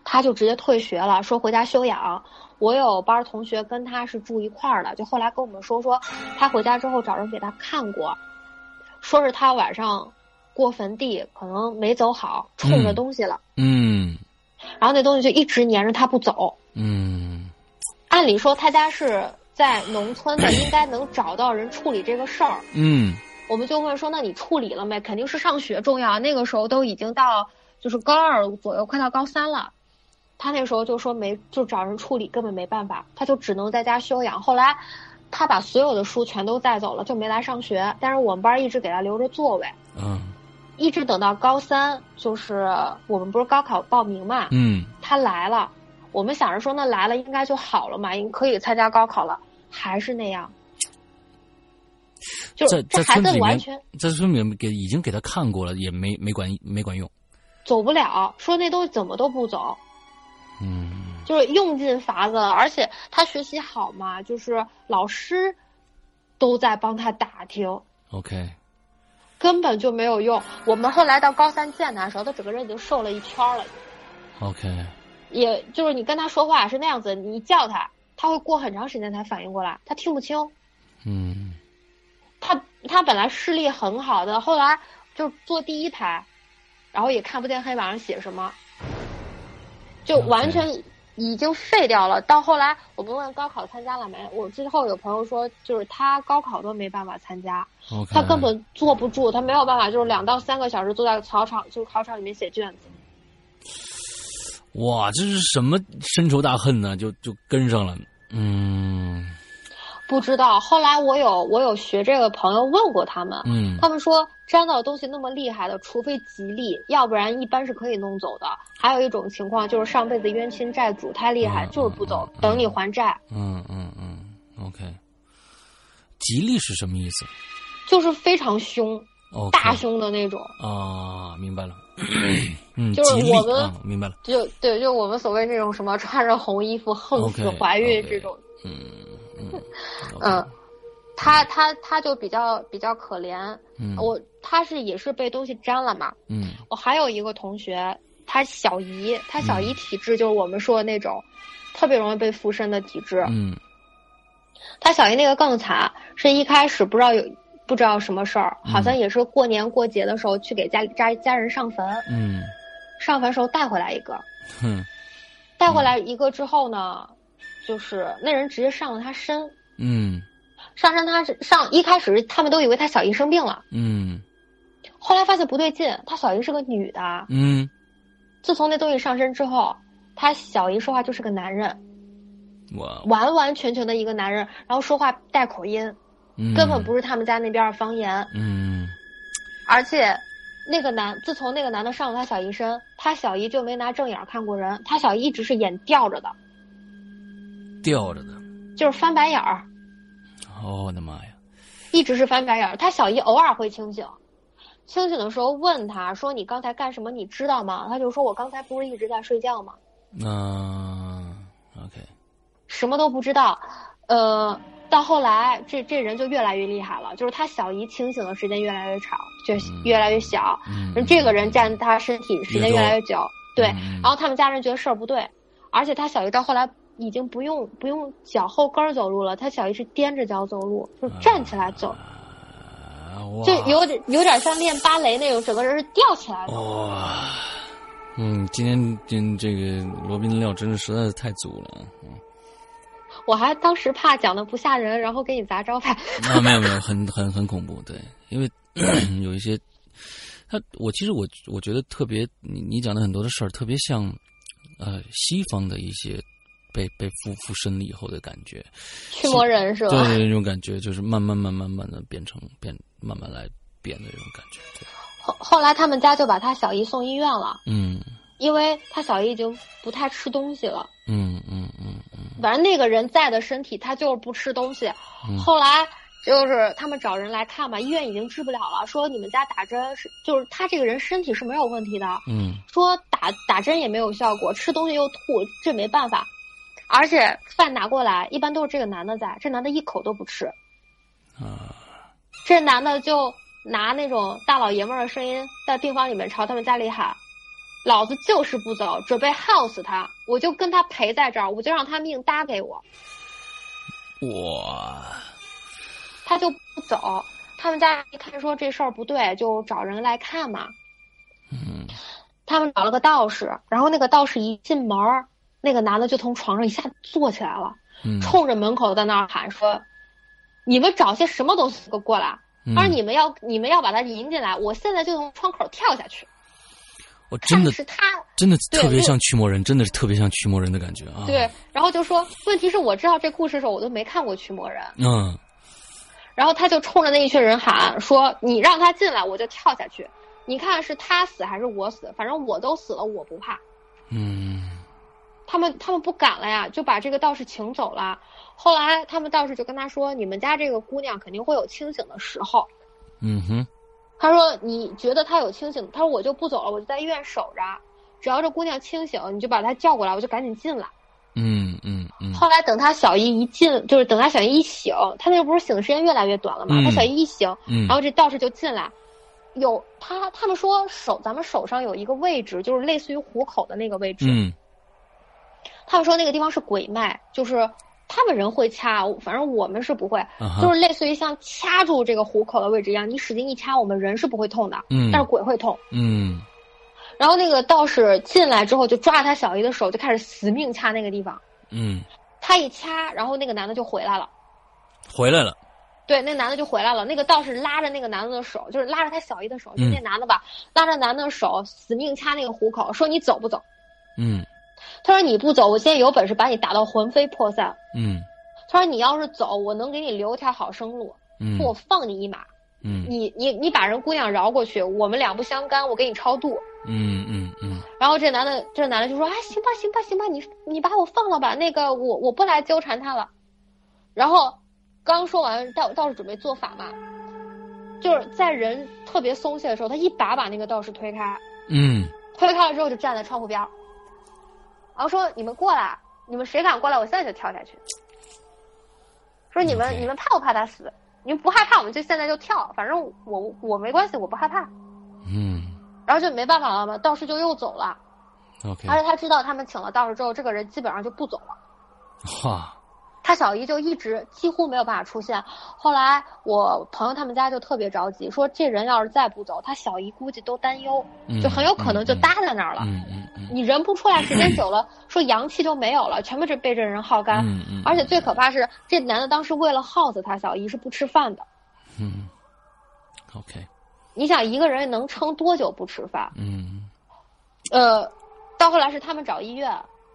Speaker 3: 他就直接退学了，说回家休养。我有班同学跟他是住一块儿的，就后来跟我们说说，他回家之后找人给他看过，说是他晚上过坟地可能没走好，冲着
Speaker 2: 嗯
Speaker 3: 东西了，
Speaker 2: 嗯
Speaker 3: 然后那东西就一直粘着他不走。
Speaker 2: 嗯
Speaker 3: 按理说他家是在农村的，应该能找到人处理这个事儿。
Speaker 2: 嗯
Speaker 3: 我们就问说，那你处理了没？肯定是上学重要，那个时候都已经到就是高二左右，快到高三了。他那时候就说没，就找人处理，根本没办法，他就只能在家休养。后来，他把所有的书全都带走了，就没来上学。但是我们班一直给他留着座位，
Speaker 2: 嗯
Speaker 3: 一直等到高三，就是我们不是高考报名嘛，
Speaker 2: 嗯
Speaker 3: 他来了，我们想着说那来了应该就好了嘛，应可以参加高考了，还是那样，就
Speaker 2: 在
Speaker 3: 是
Speaker 2: 在
Speaker 3: 这孩
Speaker 2: 村子
Speaker 3: 子
Speaker 2: 里
Speaker 3: 完
Speaker 2: 面
Speaker 3: 全，
Speaker 2: 在村里面给已经给他看过了，也没没管没管用。
Speaker 3: 走不了，说那东西怎么都不走，
Speaker 2: 嗯
Speaker 3: 就是用尽法子了。而且他学习好嘛，就是老师都在帮他打听，
Speaker 2: ，OK，
Speaker 3: 根本就没有用。我们后来到高三见他的时候，他整个人已经瘦了一圈了，
Speaker 2: OK，
Speaker 3: 也就是你跟他说话是那样子，你一叫他，他会过很长时间才反应过来，他听不清。
Speaker 2: 嗯
Speaker 3: 他他本来视力很好的，后来就坐第一排，然后也看不见黑板上写什么，就
Speaker 2: OK
Speaker 3: 完全已经废掉了。到后来我们问高考参加了没，我之后有朋友说，就是他高考都没办法参加，
Speaker 2: ，OK，
Speaker 3: 他根本坐不住，他没有办法，就是两到三个小时坐在考场，就是考场里面写卷子。
Speaker 2: 哇，这是什么深仇大恨呢？就就跟上了。嗯
Speaker 3: 不知道，后来我有我有学这个朋友问过他们，
Speaker 2: 嗯
Speaker 3: 他们说粘到的东西那么厉害的，除非吉利，要不然一般是可以弄走的。还有一种情况就是上辈子冤亲债主太厉害，
Speaker 2: 嗯
Speaker 3: 就是不走
Speaker 2: 嗯嗯，
Speaker 3: 等你还债，
Speaker 2: 嗯嗯嗯，OK。吉利是什么意思
Speaker 3: 就是非常凶、
Speaker 2: ？OK，
Speaker 3: 大凶的那种。
Speaker 2: 啊，明白了。嗯，
Speaker 3: 就是
Speaker 2: 吉利
Speaker 3: 我们
Speaker 2: 啊，明白了。
Speaker 3: 就对，就我们所谓那种什么穿着红衣服横死
Speaker 2: OK，
Speaker 3: 怀孕
Speaker 2: OK
Speaker 3: 这种，
Speaker 2: 嗯嗯 OK，
Speaker 3: 嗯，他他他就比较比较可怜。
Speaker 2: 嗯
Speaker 3: 我他是也是被东西粘了嘛，
Speaker 2: 嗯
Speaker 3: 我还有一个同学，她小姨，她小
Speaker 2: 嗯
Speaker 3: 姨体质就是我们说的那种，特别容易被附身的体质。
Speaker 2: 嗯
Speaker 3: 她小姨那个更惨，是一开始不知道有不知道什么事儿，
Speaker 2: 嗯
Speaker 3: 好像也是过年过节的时候去给家里家家人上坟，
Speaker 2: 嗯，
Speaker 3: 上坟时候带回来一个，
Speaker 2: 哼
Speaker 3: 带回来一个之后呢，就是那人直接上了她身，
Speaker 2: 嗯
Speaker 3: 上身她是上一开始他们都以为她小姨生病了，
Speaker 2: 嗯
Speaker 3: 后来发现不对劲，她小姨是个女的，
Speaker 2: 嗯，
Speaker 3: 自从那东西上身之后，她小姨说话就是个男人。
Speaker 2: 我
Speaker 3: 完完全全的一个男人，然后说话带口音，根本不
Speaker 2: 是
Speaker 3: 是他们家那边的方言，
Speaker 2: 嗯
Speaker 3: 而且那个男，自从那个男的上了他小姨身，他小姨就没拿正眼看过人，他小姨一直是眼吊着的，
Speaker 2: 吊着的。
Speaker 3: 就是翻白眼儿，
Speaker 2: 哦，我的妈呀！
Speaker 3: 一直是翻白眼儿。他小姨偶尔会清醒，清醒的时候问他说：“你刚才干什么？你知道吗？”他就说：“我刚才不是一直在睡觉吗？
Speaker 2: 那、OK，
Speaker 3: 什么都不知道。”呃，到后来这这人就越来越厉害了，就是他小姨清醒的时间越来越长，就越来越小。
Speaker 2: 嗯，
Speaker 3: 这个人占他身体时间越来越久，对。
Speaker 2: 嗯
Speaker 3: 然后他们家人觉得事儿不对，而且他小姨到后来已经不用不用脚后跟儿走路了，他小姨是踮着脚走路，就站起来走，
Speaker 2: 啊哇哦
Speaker 3: 就有点有点像练芭蕾那种，整个人是吊起来的。
Speaker 2: 哇，嗯，今天今这个罗宾的料真是实在是太足了啊。嗯
Speaker 3: 我还当时怕讲的不吓人，然后给你砸招牌。
Speaker 2: 啊，没有没有，很 很很恐怖，对，因为 有一些，他我其实我我觉得特别，你你讲的很多的事儿，特别像，呃，西方的一些被被附附身了以后的感觉，
Speaker 3: 驱魔人是吧？
Speaker 2: 对那种感觉，就是慢慢慢慢慢的变成变，慢慢来变的这种感觉，对，
Speaker 3: 后后来他们家就把他小姨送医院了，
Speaker 2: 嗯
Speaker 3: 因为他小姨已经不太吃东西了。
Speaker 2: 嗯嗯嗯
Speaker 3: 反正那个人在的身体，他就是不吃东西。
Speaker 2: 嗯
Speaker 3: 后来就是他们找人来看嘛，医院已经治不了了，说你们家打针是，就是他这个人身体是没有问题的，
Speaker 2: 嗯
Speaker 3: 说打打针也没有效果，吃东西又吐，这没办法。而且饭拿过来，一般都是这个男的在，这男的一口都不吃，
Speaker 2: 啊，
Speaker 3: 这男的就拿那种大老爷们儿的声音在病房里面朝他们家里喊：“老子就是不走，准备耗死他，我就跟他陪在这儿，我就让他命搭给我。”
Speaker 2: 哇，
Speaker 3: 他就不走。他们家一看说这事儿不对，就找人来看嘛。
Speaker 2: 嗯
Speaker 3: 他们找了个道士，然后那个道士一进门儿，那个男的就从床上一下坐起来了，
Speaker 2: 嗯，
Speaker 3: 冲着门口在那儿喊说：“你们找些什么东西给我过来！
Speaker 2: 嗯
Speaker 3: 而你们要你们要把他引进来，我现在就从窗口跳下去。”
Speaker 2: 我真的啊
Speaker 3: 是他
Speaker 2: 真的特别
Speaker 3: 对
Speaker 2: 像驱魔人，真的是特别像驱魔人的感觉啊，
Speaker 3: 对，，然后就说：“问题是我知道这故事的时候，我都没看过《驱魔人》。”
Speaker 2: 嗯
Speaker 3: 然后他就冲着那一群人喊说：“你让他进来，我就跳下去。你看是他死还是我死？反正我都死了，我不怕。
Speaker 2: 嗯。”
Speaker 3: 他们他们不敢了呀，就把这个道士请走了。后来他们道士就跟他说：“你们家这个姑娘肯定会有清醒的时候。
Speaker 2: 嗯哼，”
Speaker 3: 他说：“你觉得她有清醒？”他说：“我就不走了，我就在医院守着，只要这姑娘清醒，你就把她叫过来，我就赶紧进来。”
Speaker 2: 嗯嗯嗯，
Speaker 3: 后来等他小姨一进，就是等他小姨一醒，他那个不是醒的时间越来越短了嘛？
Speaker 2: 嗯
Speaker 3: 他小姨一醒，
Speaker 2: 嗯
Speaker 3: 然后这道士就进来，有他他们说手咱们手上有一个位置，就是类似于虎口的那个位置，
Speaker 2: 嗯
Speaker 3: 他们说那个地方是鬼脉，就是他们人会掐，反正我们是不会，
Speaker 2: 啊哈，
Speaker 3: 就是类似于像掐住这个虎口的位置一样，你使劲一掐，我们人是不会痛的，
Speaker 2: 嗯
Speaker 3: 但是鬼会痛。
Speaker 2: 嗯
Speaker 3: 然后那个道士进来之后，就抓着他小姨的手，就开始死命掐那个地方。
Speaker 2: 嗯
Speaker 3: 他一掐，然后那个男的就回来了。
Speaker 2: 回来了，
Speaker 3: 对，那男的就回来了。那个道士拉着那个男的的手，就是拉着他小姨的手，就
Speaker 2: 嗯
Speaker 3: 那男的吧，拉着男的的手，死命掐那个虎口，说你走不走？
Speaker 2: 嗯
Speaker 3: 他说你不走，我今天有本事把你打到魂飞魄散。
Speaker 2: 嗯
Speaker 3: 他说你要是走，我能给你留一条好生路，
Speaker 2: 嗯
Speaker 3: 我放你一马。
Speaker 2: 嗯
Speaker 3: 你你你把人姑娘饶过去，我们两不相干，我给你超度。
Speaker 2: 嗯嗯嗯
Speaker 3: 然后这男的这男的就说啊，行吧行吧行吧，你你把我放了吧，那个我我不来纠缠他了。然后刚说完，道道士准备做法嘛，就是在人特别松懈的时候，他一把把那个道士推开，
Speaker 2: 嗯
Speaker 3: 推开了之后就站在窗户边儿，然后说你们过来，你们谁敢过来，我现在就跳下去。说你们
Speaker 2: OK
Speaker 3: 你们怕不怕他死？你们不害怕，我们就现在就跳，反正我我没关系，我不害怕。
Speaker 2: 嗯
Speaker 3: 然后就没办法了嘛，道士就又走了。
Speaker 2: ，OK，
Speaker 3: 而且他知道他们请了道士之后，这个人基本上就不走了。
Speaker 2: 哇，
Speaker 3: 他小姨就一直几乎没有办法出现。后来我朋友他们家就特别着急，说这人要是再不走，他小姨估计都担忧，就很有可能就搭在那儿了。
Speaker 2: 嗯嗯嗯
Speaker 3: 你人不出来，时间久了，说阳气就没有了，全部是被这人耗干。
Speaker 2: 嗯嗯，
Speaker 3: 啊而且最可怕是，这男的当时为了耗死他小姨是不吃饭的。
Speaker 2: 嗯，OK，
Speaker 3: 你想一个人能撑多久不吃饭？
Speaker 2: 嗯
Speaker 3: 呃，到后来是他们找医院，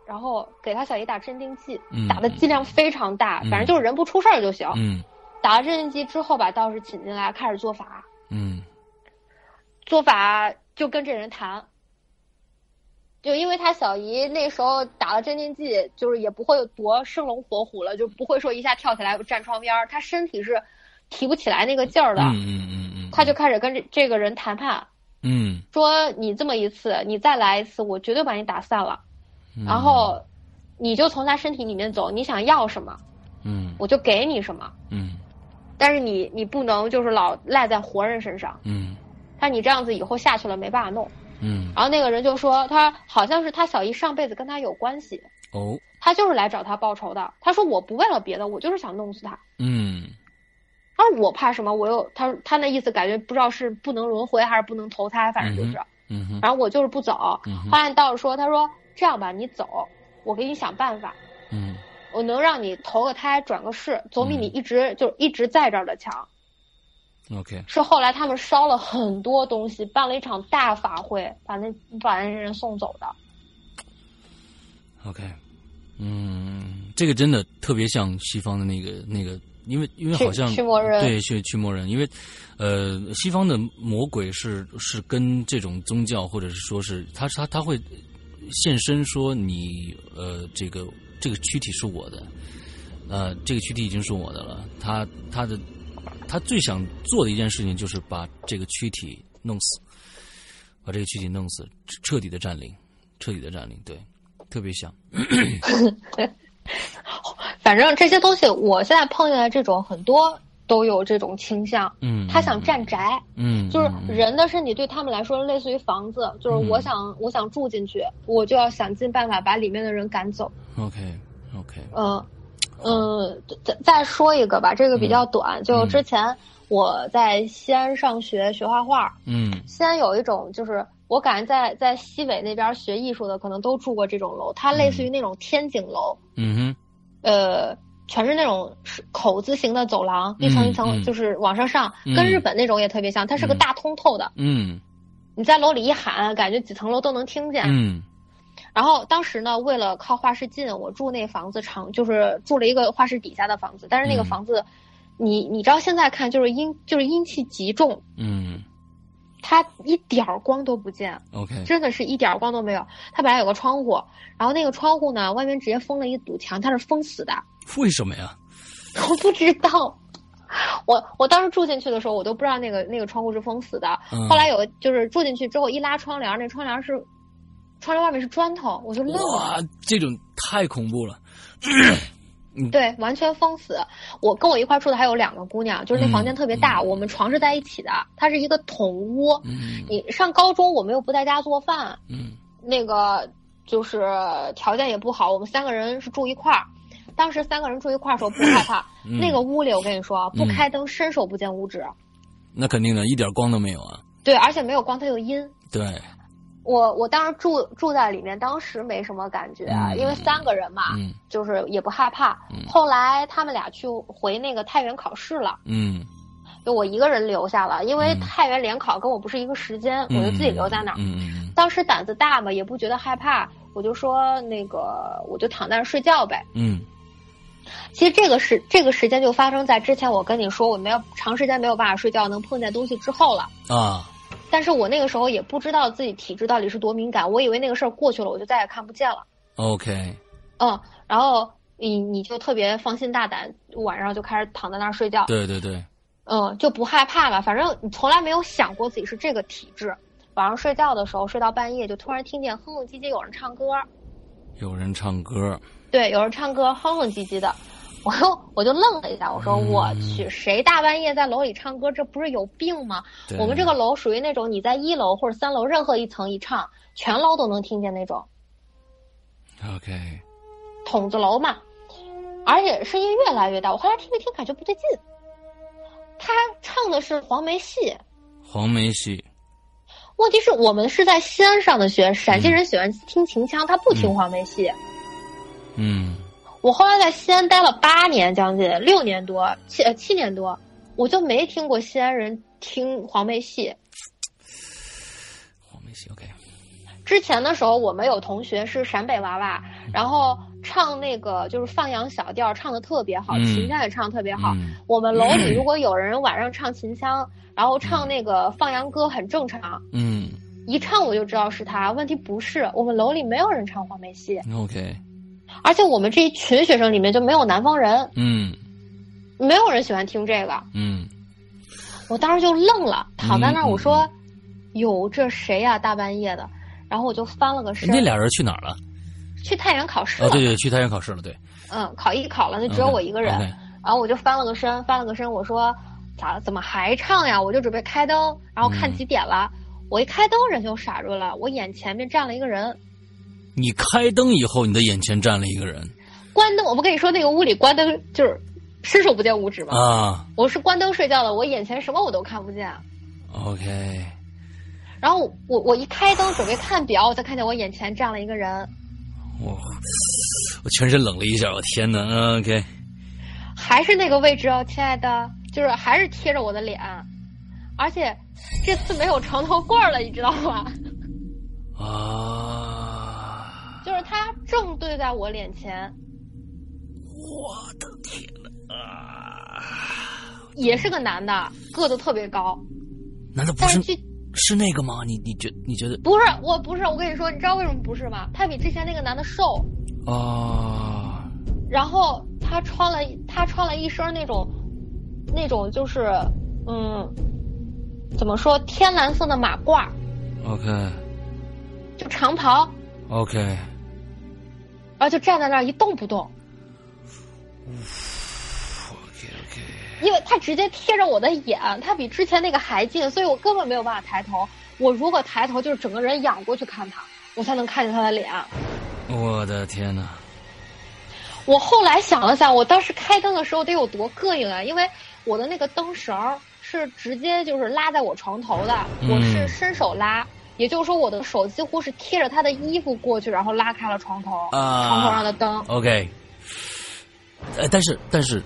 Speaker 3: 然后给他小姨打镇定剂，
Speaker 2: 嗯
Speaker 3: 打的剂量非常大，
Speaker 2: 嗯
Speaker 3: 反正就是人不出事儿就行。
Speaker 2: 嗯
Speaker 3: 打了镇定剂之后，把道士请进来开始做法。
Speaker 2: 嗯
Speaker 3: 做法就跟这人谈，就因为他小姨那时候打了镇定剂，就是也不会有多生龙活虎了，就不会说一下跳起来站窗边儿，他身体是提不起来那个劲儿的，
Speaker 2: 嗯嗯嗯嗯，
Speaker 3: 他就开始跟这这个人谈判，
Speaker 2: 嗯，
Speaker 3: 说你这么一次，你再来一次，我绝对把你打散了，
Speaker 2: 嗯
Speaker 3: 然后你就从他身体里面走，你想要什么
Speaker 2: 嗯
Speaker 3: 我就给你什么，
Speaker 2: 嗯
Speaker 3: 但是你你不能就是老赖在活人身上，
Speaker 2: 嗯
Speaker 3: 他你这样子以后下去了没办法弄。
Speaker 2: 嗯
Speaker 3: 然后那个人就说，他好像是他小姨上辈子跟他有关系，
Speaker 2: 哦
Speaker 3: 他就是来找他报仇的。他说我不为了别的，我就是想弄死他。
Speaker 2: 嗯
Speaker 3: 他说我怕什么？我有他他那意思感觉不知道是不能轮回还是不能投胎，反正就是。
Speaker 2: 嗯哼
Speaker 3: 然后我就是不走。
Speaker 2: 嗯哼
Speaker 3: 后来道士说，他说这样吧，你走，我给你想办法，
Speaker 2: 嗯
Speaker 3: 我能让你投个胎转个世，总比
Speaker 2: 嗯
Speaker 3: 你一直、就一直在这儿的强。
Speaker 2: OK
Speaker 3: 是后来他们烧了很多东西，办了一场大法会，把那把那人送走的。
Speaker 2: OK，嗯，这个真的特别像西方的那个那个，因为因为好像
Speaker 3: 驱驱魔人
Speaker 2: 对驱驱魔人，因为呃，西方的魔鬼是是跟这种宗教或者是说是他他他会现身说你呃这个这个躯体是我的，呃这个躯体已经是我的了，他他的他最想做的一件事情就是把这个躯体弄死，把这个躯体弄死，彻底的占领，彻底的占领，对，特别像。
Speaker 3: 反正这些东西，我现在碰见的这种很多都有这种倾向。
Speaker 2: 嗯，
Speaker 3: 他想占宅，
Speaker 2: 嗯，嗯，
Speaker 3: 就是
Speaker 2: 嗯，
Speaker 3: 人的身体对他们来说类似于房子，就是我想、我想住进去，我就要想尽办法把里面的人赶走。
Speaker 2: OK OK，
Speaker 3: 嗯嗯，再再说一个吧，这个比
Speaker 2: 嗯
Speaker 3: 较短。就之前我在西安上学学画画，
Speaker 2: 嗯
Speaker 3: 西安有一种就是我感觉在在西北那边学艺术的可能都住过这种楼，它类似于那种天井楼，
Speaker 2: 嗯
Speaker 3: 呃，全是那种是口字形的走廊，一层一
Speaker 2: 嗯
Speaker 3: 层
Speaker 2: 嗯
Speaker 3: 就是往上上，
Speaker 2: 嗯
Speaker 3: 跟日本那种也特别像，它是个
Speaker 2: 嗯
Speaker 3: 大通透的，
Speaker 2: 哼，嗯
Speaker 3: 你在楼里一喊，感觉几层楼都能听见。
Speaker 2: 嗯
Speaker 3: 然后当时呢，为了靠画室近，我住那房子长，就是住了一个画室底下的房子，但是那个
Speaker 2: 嗯
Speaker 3: 房子，你你知道现在看就是阴就是阴气极重，
Speaker 2: 嗯
Speaker 3: 它一点儿光都不见。
Speaker 2: ，OK，
Speaker 3: 真的是一点儿光都没有。它本来有个窗户，然后那个窗户呢，外面直接封了一堵墙，它是封死的。
Speaker 2: 为什么呀？
Speaker 3: 我不知道，我我当时住进去的时候，我都不知道那个那个窗户是封死的。
Speaker 2: 嗯
Speaker 3: 后来有就是住进去之后一拉窗帘，那窗帘是窗帘外面是砖头，我就愣了。
Speaker 2: 哇，这种太恐怖了。
Speaker 3: 对，完全封死。我跟我一块住的还有两个姑娘，就是那
Speaker 2: 嗯
Speaker 3: 房间特别大，我们床是在一起的，它是一个桶屋。
Speaker 2: 嗯
Speaker 3: 你上高中我们又不在家做饭，
Speaker 2: 嗯
Speaker 3: 那个就是条件也不好，我们三个人是住一块儿。当时三个人住一块儿的时候不害怕，
Speaker 2: 嗯
Speaker 3: 那个屋里我跟你说啊，不
Speaker 2: 嗯
Speaker 3: 开灯伸手不见五指，
Speaker 2: 那肯定的，一点光都没有啊。
Speaker 3: 对，而且没有光，它有阴。
Speaker 2: 对，
Speaker 3: 我我当时住住在里面，当时没什么感觉，啊
Speaker 2: 嗯
Speaker 3: 因为三个人嘛，
Speaker 2: 嗯
Speaker 3: 就是也不害怕。
Speaker 2: 嗯
Speaker 3: 后来他们俩去回那个太原考试了，
Speaker 2: 嗯，
Speaker 3: 就我一个人留下了，因为
Speaker 2: 嗯
Speaker 3: 太原联考跟我不是一个时间，我就自己留在那儿。
Speaker 2: 嗯嗯
Speaker 3: 当时胆子大嘛，也不觉得害怕，我就说那个我就躺在那儿睡觉呗。
Speaker 2: 嗯
Speaker 3: 其实这个时这个时间就发生在之前我跟你说我没有长时间没有办法睡觉能碰见东西之后了。
Speaker 2: 嗯啊，
Speaker 3: 但是我那个时候也不知道自己体质到底是多敏感，我以为那个事儿过去了，我就再也看不见了。
Speaker 2: OK，
Speaker 3: 嗯，然后你你就特别放心大胆，晚上就开始躺在那儿睡觉，
Speaker 2: 对对对，
Speaker 3: 嗯，就不害怕了。反正你从来没有想过自己是这个体质。晚上睡觉的时候，睡到半夜就突然听见哼哼唧唧有人唱歌，
Speaker 2: 有人唱歌，
Speaker 3: 对，有人唱歌哼哼唧唧的，我又我就愣了一下，我说
Speaker 2: 嗯
Speaker 3: 我去，谁大半夜在楼里唱歌，这不是有病吗？
Speaker 2: 对
Speaker 3: 我们这个楼属于那种你在一楼或者三楼任何一层一唱，全楼都能听见那种
Speaker 2: OK，
Speaker 3: 筒子楼嘛，而且声音越来越大。我后来听了听，感觉不对劲，他唱的是黄梅戏。
Speaker 2: 黄梅戏，
Speaker 3: 问题是我们是在西安上的学，陕西人喜欢听秦腔，他不听黄梅戏。
Speaker 2: 嗯
Speaker 3: 我后来在西安待了八年，将近六年多，七呃七年多，我就没听过西安人听黄梅戏。
Speaker 2: 黄梅戏 OK，嗯
Speaker 3: 之前的时候，我们有同学是陕北娃娃，然后唱那个就是放羊小调，唱的特别好，
Speaker 2: 嗯
Speaker 3: 秦腔也唱得特别好。
Speaker 2: 嗯
Speaker 3: 我们楼里如果有人晚上唱秦腔，然后唱那个放羊歌很正常，
Speaker 2: 嗯
Speaker 3: 一唱我就知道是他。问题不是，我们楼里没有人唱黄梅戏，
Speaker 2: 嗯，OK，
Speaker 3: 而且我们这一群学生里面就没有南方人，
Speaker 2: 嗯
Speaker 3: 没有人喜欢听这个。
Speaker 2: 嗯
Speaker 3: 我当时就愣了，躺在那儿，
Speaker 2: 嗯
Speaker 3: 我说：“哟，这谁呀、大半夜的。”然后我就翻了个身，
Speaker 2: 哎那俩人去哪儿了？
Speaker 3: 去太原考试
Speaker 2: 啊，
Speaker 3: 了，
Speaker 2: 对对，去太原考试了，对，
Speaker 3: 嗯，考艺考了，那只有我一个人。
Speaker 2: OK，
Speaker 3: 然后我就翻了个身，翻了个身，我说咋怎么还唱呀？我就准备开灯，然后看
Speaker 2: 嗯
Speaker 3: 几点了。我一开灯，人就傻住了，我眼前面站了一个人。
Speaker 2: 你开灯以后，你的眼前站了一个人
Speaker 3: 关灯，我不跟你说那个屋里关灯就是伸手不见五指吗？
Speaker 2: 啊
Speaker 3: 我是关灯睡觉的，我眼前什么我都看不见。
Speaker 2: ，OK，
Speaker 3: 然后我我一开灯准备看表，我才看见我眼前站了一个人，
Speaker 2: 我我全身冷了一下，我天哪，OK，
Speaker 3: 还是那个位置哦，亲爱的，就是还是贴着我的脸，而且这次没有床头柜儿了，你知道吗？
Speaker 2: 啊，
Speaker 3: 就是他正对在我脸前，
Speaker 2: 我的天哪，啊
Speaker 3: 也是个男的，个子特别高，
Speaker 2: 难道不
Speaker 3: 但
Speaker 2: 是
Speaker 3: 是这
Speaker 2: 是那个吗？你你觉你觉得
Speaker 3: 不是我不是我跟你说，你知道为什么不是吗？他比之前那个男的瘦，
Speaker 2: 啊
Speaker 3: 然后他穿了他穿了一身那种那种就是嗯，怎么说天蓝色的马褂，
Speaker 2: ，OK
Speaker 3: 就长袍，
Speaker 2: OK，
Speaker 3: 然啊后就站在那儿一动不动，
Speaker 2: OK OK，
Speaker 3: 因为他直接贴着我的眼，他比之前那个还近，所以我根本没有办法抬头。我如果抬头，就是整个人仰过去看他，我才能看见他的脸。
Speaker 2: 我的天哪，
Speaker 3: 我后来想了想，我当时开灯的时候得有多膈应啊！因为我的那个灯绳儿是直接就是拉在我床头的，
Speaker 2: 嗯
Speaker 3: 我是伸手拉，也就是说我的手几乎是贴着他的衣服过去，然后拉开了床头，
Speaker 2: 啊
Speaker 3: 床头上的灯。
Speaker 2: OK，呃，但是但是，